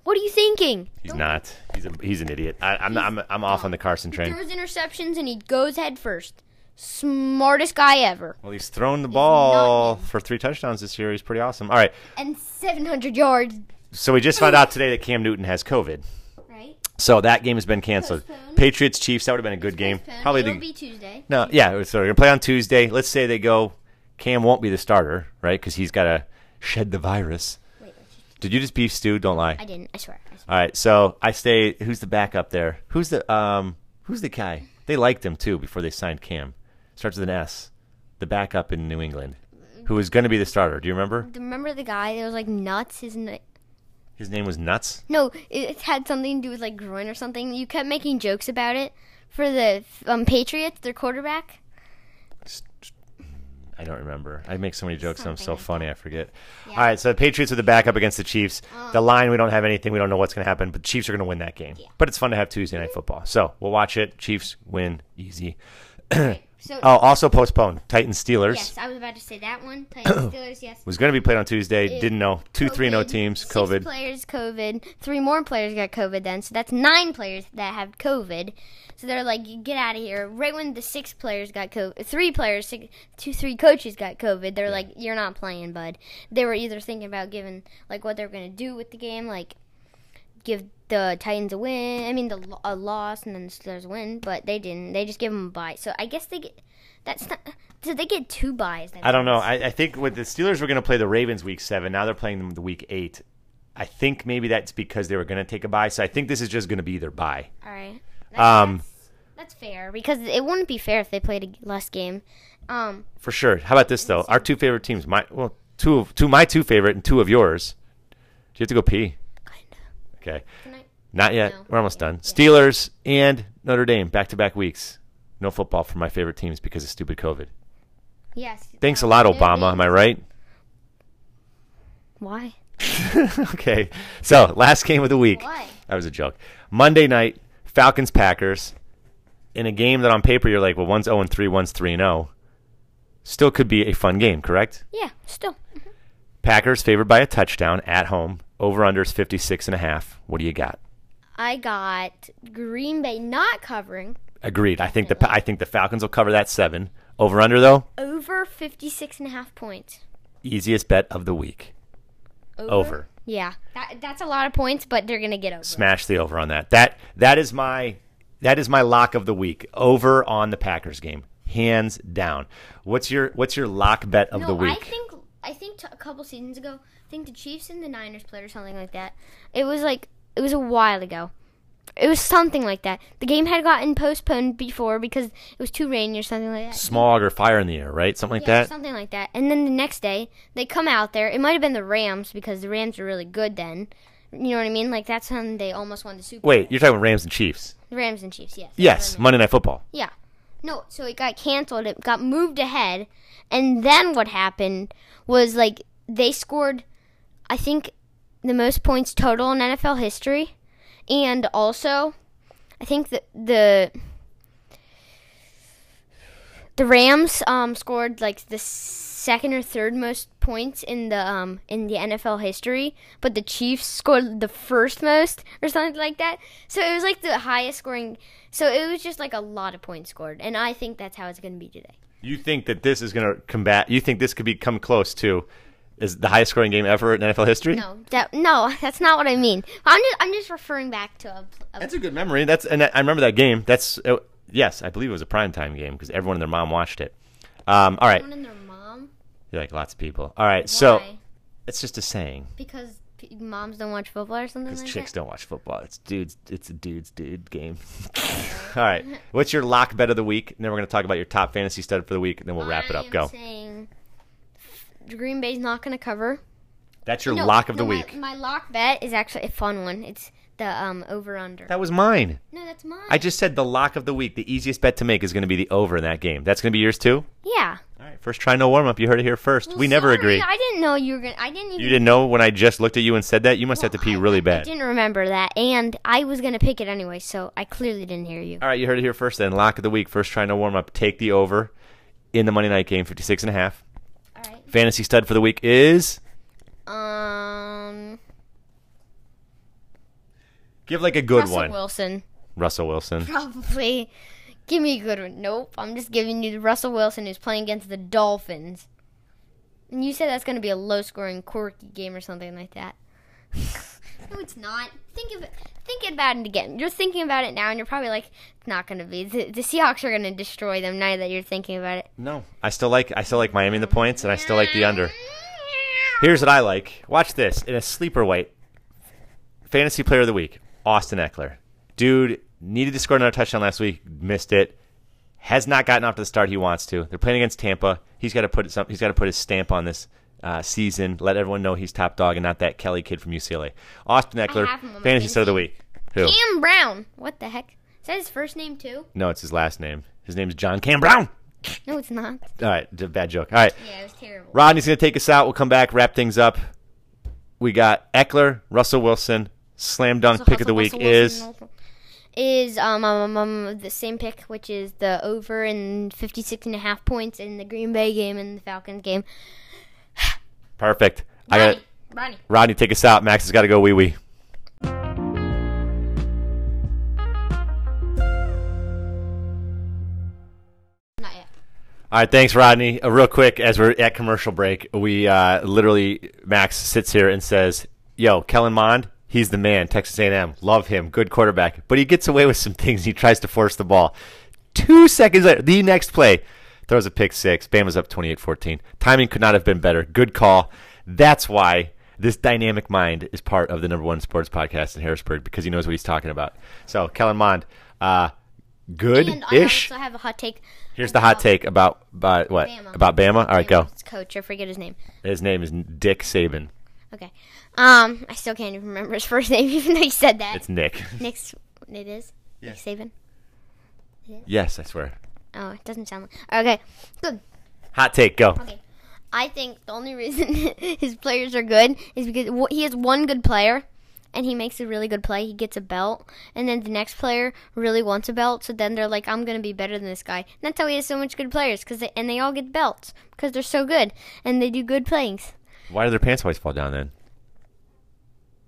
what are you thinking?
He's not. He's a, he's an idiot. I, I'm, not, I'm I'm off on the Carson train.
Throws interceptions and he goes head first. Smartest guy ever.
Well, he's thrown the ball for three touchdowns this year. He's pretty awesome. All right.
And 700 yards,
So we just found out today that Cam Newton has COVID.
right?
So that game has been canceled.
Postponed.
Patriots Chiefs that would have been a good game. Probably
It'll
the
be Tuesday.
no, yeah. So we're gonna play on Tuesday. Let's say they go. Cam won't be the starter, right? Because he's got to shed the virus.
Wait, let's just-
Did you just beef stew? Don't lie.
I didn't. I swear. I swear.
All right. So I say, who's the backup there? Who's the um? Who's the guy? They liked him too before they signed Cam. Starts with an S. The backup in New England, who was going to be the starter. Do you remember?
Do you Remember the guy that was like nuts? His n-
His name was Nuts.
no, it it had something to do with like groin or something. You kept making jokes about it for the um, Patriots, their quarterback.
I don't remember. I make so many jokes. I'm so
Something like
funny. I forget. All right. So the Patriots are the backup against the Chiefs.
Oh.
the line, we don't have anything. We don't know what's going to happen, but the Chiefs are going to win that game. But it's fun to have Tuesday night football. So we'll watch it. Chiefs win easy.
So
Oh, also postponed. Titans Steelers
yes, I was about to say that one. Titans, Steelers, yes.
was going to be played on Tuesday. Didn't know. Two three no teams.
Six
COVID.
players COVID. Three more players got COVID then, so that's nine players that have COVID. So they're like, get out of here. Right when the six players got COVID, three players, six, two, three coaches got COVID. They're like, you're not playing, bud. They were either thinking about giving like what they're gonna do with the game, like give the Titans a win. I mean, the lo- a loss and then the Steelers a win, but they didn't. They just gave them a bye. So I guess they get. That's not. So they get two buys.
I don't know. I, I think with the Steelers were going to play the Ravens week seven. Now they're playing them the week eight. I think maybe that's because they were going to take a bye. So I think this is just going to be their bye.
All right.
Um,
That's fair because it wouldn't be fair if they played a less game. Um,
For sure. How about this though? Our two favorite teams, my well, two of two my two favorite and two of yours. Do you have to go pee?
kind of.
Okay.
Can I?
Not yet.
No.
We're almost done. Steelers and Notre Dame back to back weeks. No football for my favorite teams because of stupid COVID.
Yes. Oh,
Thanks a lot, Obama. Am I right?
Why?
okay. So last game of the week.
Why?
That was a joke. Monday night, Falcons Packers. In a game that on paper you're like, well, one's 0 3, one's 3 0. Still could be a fun game, correct?
Yeah. Still.
Packers favored by a touchdown at home. Over under is 56 and a half. What do you got?
I got Green Bay not covering
Agreed. I think the Pa- I think the Falcons will cover that 7. Over under though,
over 56 and a half points.
easiest bet of the week.
Mm-hmm.
Over.
Yeah. That, that's a lot of points, but they're going to get over.
Smash the over on that. That that is my that is my lock of the week. Over on the Packers game. Hands down. What's your what's your lock bet of
no,
the week?
I think I think t- a couple seasons ago, I think the Chiefs and the Niners played or something like that. It was like it was a while ago. It was something like that. The game had gotten postponed before because it was too rainy or something like that.
Smog or fire in the air, right? Something like
Yeah,
that.
something like that. And then the next day, they come out there. It might have been the Rams because the Rams were really good then. You know what I mean? Like that's when they almost won the Super. Bowl.
Wait, you're talking Rams and Chiefs?
Rams and Chiefs. Yes.
Yes, Monday Night Football.
Yeah. No, so it got canceled. It got moved ahead. And then what happened was like they scored I think the most points total in NFL history and also I think the the the Rams um, scored like the second or third most points in the um, in the NFL history, but the Chiefs scored the first most or something like that. So it was like the highest scoring. So it was just like a lot of points scored, and I think that's how it's going to be today.
You think that this is going to combat? You think this could become close to is the highest scoring game ever in NFL history?
No, that, no, that's not what I mean. I'm just, I'm just referring back to a, a
That's a good memory. That's and I I remember that game. That's uh, yes, I believe it was a primetime game because everyone and their mom watched it. Um, all right,
someone and their mom.
You're like lots of people. All right, so
Why?
it's just a saying.
because p- moms don't watch football or something
Because
like
chicks
that.
don't watch football. It's dudes. It's a dudes dude game. all right, what's your lock bet of the week? And then we're going to talk about your top fantasy stud for the week, and then we'll wrap it
I
up.
am
Go.
Saying Green Bay's not going to cover.
That's your
No,
lock of
no,
the
my-
week.
My, lock bet is actually a fun one. It's the um over under.
That was mine.
No, that's mine.
I just said the lock of the week. The easiest bet to make is going to be the over in that game. That's going to be yours too.
yeah.
All right, first try, no warm up. You heard it here first. we never
sorry,
agree.
I didn't know you were gonna. I didn't even.
You didn't know when I just looked at you and said that. You must have to pee
Oh, I-
really
I
bad.
didn't remember that, and I was gonna pick it anyway, so I clearly didn't hear you.
All right, you heard it here first. Then lock of the week, first try, no warm up. Take the over in the Monday night game, 56 and a half.
All right.
Fantasy stud for the week is
Um.
give like a good
Russell
one.
Wilson
Russell Wilson.
probably. Give me a good one. Nope. I'm just giving you the Russell Wilson who's playing against the Dolphins. And you said that's gonna be a low-scoring, quirky game or something like that. no, it's not. Think of it. Think about it again. You're thinking about it now, and you're probably like, "It's not gonna be." The, the Seahawks are gonna destroy them. Now that you're thinking about it.
No, I still like I still like Miami in the points, and I still like the under. Here's what I like. Watch this in a sleeper weight. Fantasy player of the week, Austin Eckler. Dude needed to score another touchdown last week, missed it. Has not gotten off to the start he wants to. They're playing against Tampa. He's got to put some, he's got to put his stamp on this uh, season. Let everyone know he's top dog and not that Kelly kid from UCLA. Austin Eckler,
have him on my
fantasy stud of the
fantasy.
week. Who?
Cam Brown. What the heck? Is that his first name too?
No, it's his last name. His name's John Cam Brown.
No, it's not.
All right, d- bad joke. All right,
Yeah, it was terrible.
Rodney's going to take us out. We'll come back, wrap things up. We got Eckler, Russell Wilson, slam dunk pick of the week is
is um, um, um, um, the same pick, which is the over and 56 and a half points in the Green Bay game and the Falcons game.
perfect. I
Ronnie,
got
Ronnie.
Rodney take us out. Max has got to go wee wee.
Not yet.
All right, thanks, Rodney. Uh, real quick, as we're at commercial break, we uh, literally Max sits here and says, "Yo, Kellen Mond, he's the man. Texas A&M, love him, good quarterback." But he gets away with some things. He tries to force the ball. Two seconds later, the next play throws a pick six. Bama's up 28-14. Timing could not have been better. Good call. That's why this dynamic mind is part of the number one sports podcast in Harrisburg because he knows what he's talking about. So, Kellen Mond, uh, good
And um, I
ish.
also have a hot take.
Here's the hot take about about what
Bama.
about Bama. All right, go.
His coach, I forget his name.
His name is Dick Saban.
Okay. Um, I still can't even remember his first name, even though he said that.
It's Nick.
Next, it is. Yeah. Nick Saban.
yes, I swear.
Oh, it doesn't sound like. Okay, good.
Hot take, go.
Okay. I think the only reason his players are good is because wh- he has one good player and he makes a really good play. He gets a belt. And then the next player really wants a belt. So then they're like, I'm going to be better than this guy. And that's how he has so much good players. Cause they, and they all get belts because they're so good and they do good playings.
Why do their pants always fall down then?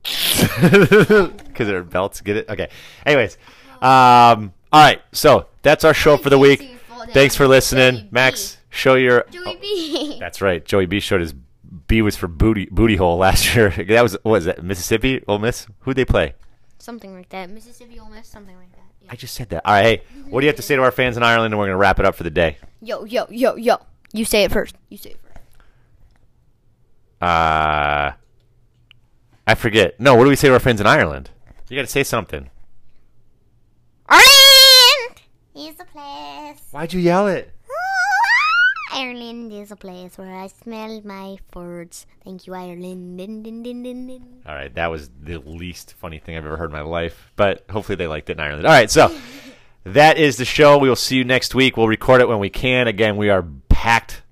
Because their belts get it. Okay. Anyways, um, all right. So that's our show for the week. Thanks for listening, Max. Show your.
Joey
oh,
B.
that's right. Joey B showed his B was for booty booty hole last year. That was what was that Mississippi Ole Miss? Who'd they play?
something like that. Mississippi Ole Miss, something like that. Yeah.
I just said that. All right. Hey, what do you have to say to our fans in Ireland? And we're gonna wrap it up for the day.
Yo, yo, yo, yo. You say it first. You say it first.
uh, I forget. No, what do we say to our friends in Ireland? You got to say something.
Ireland is the place.
Why'd you yell it?
Ireland. Ireland is a place where I smell my farts. Thank you, Ireland. Din, din, din, din, din.
All right, that was the least funny thing I've ever heard in my life, but hopefully they liked it in Ireland. All right, so that is the show. We will see you next week. We'll record it when we can. Again, we are packed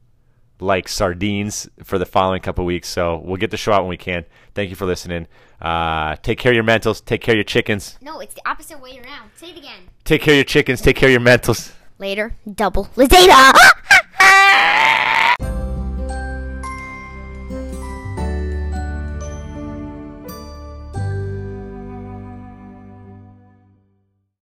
like sardines for the following couple weeks, so we'll get the show out when we can. Thank you for listening. Uh, take care of your mentals. Take care of your chickens.
No, it's the opposite way around. Say it again.
Take care of your chickens. Take care of your mentals.
Later, double. Let's data.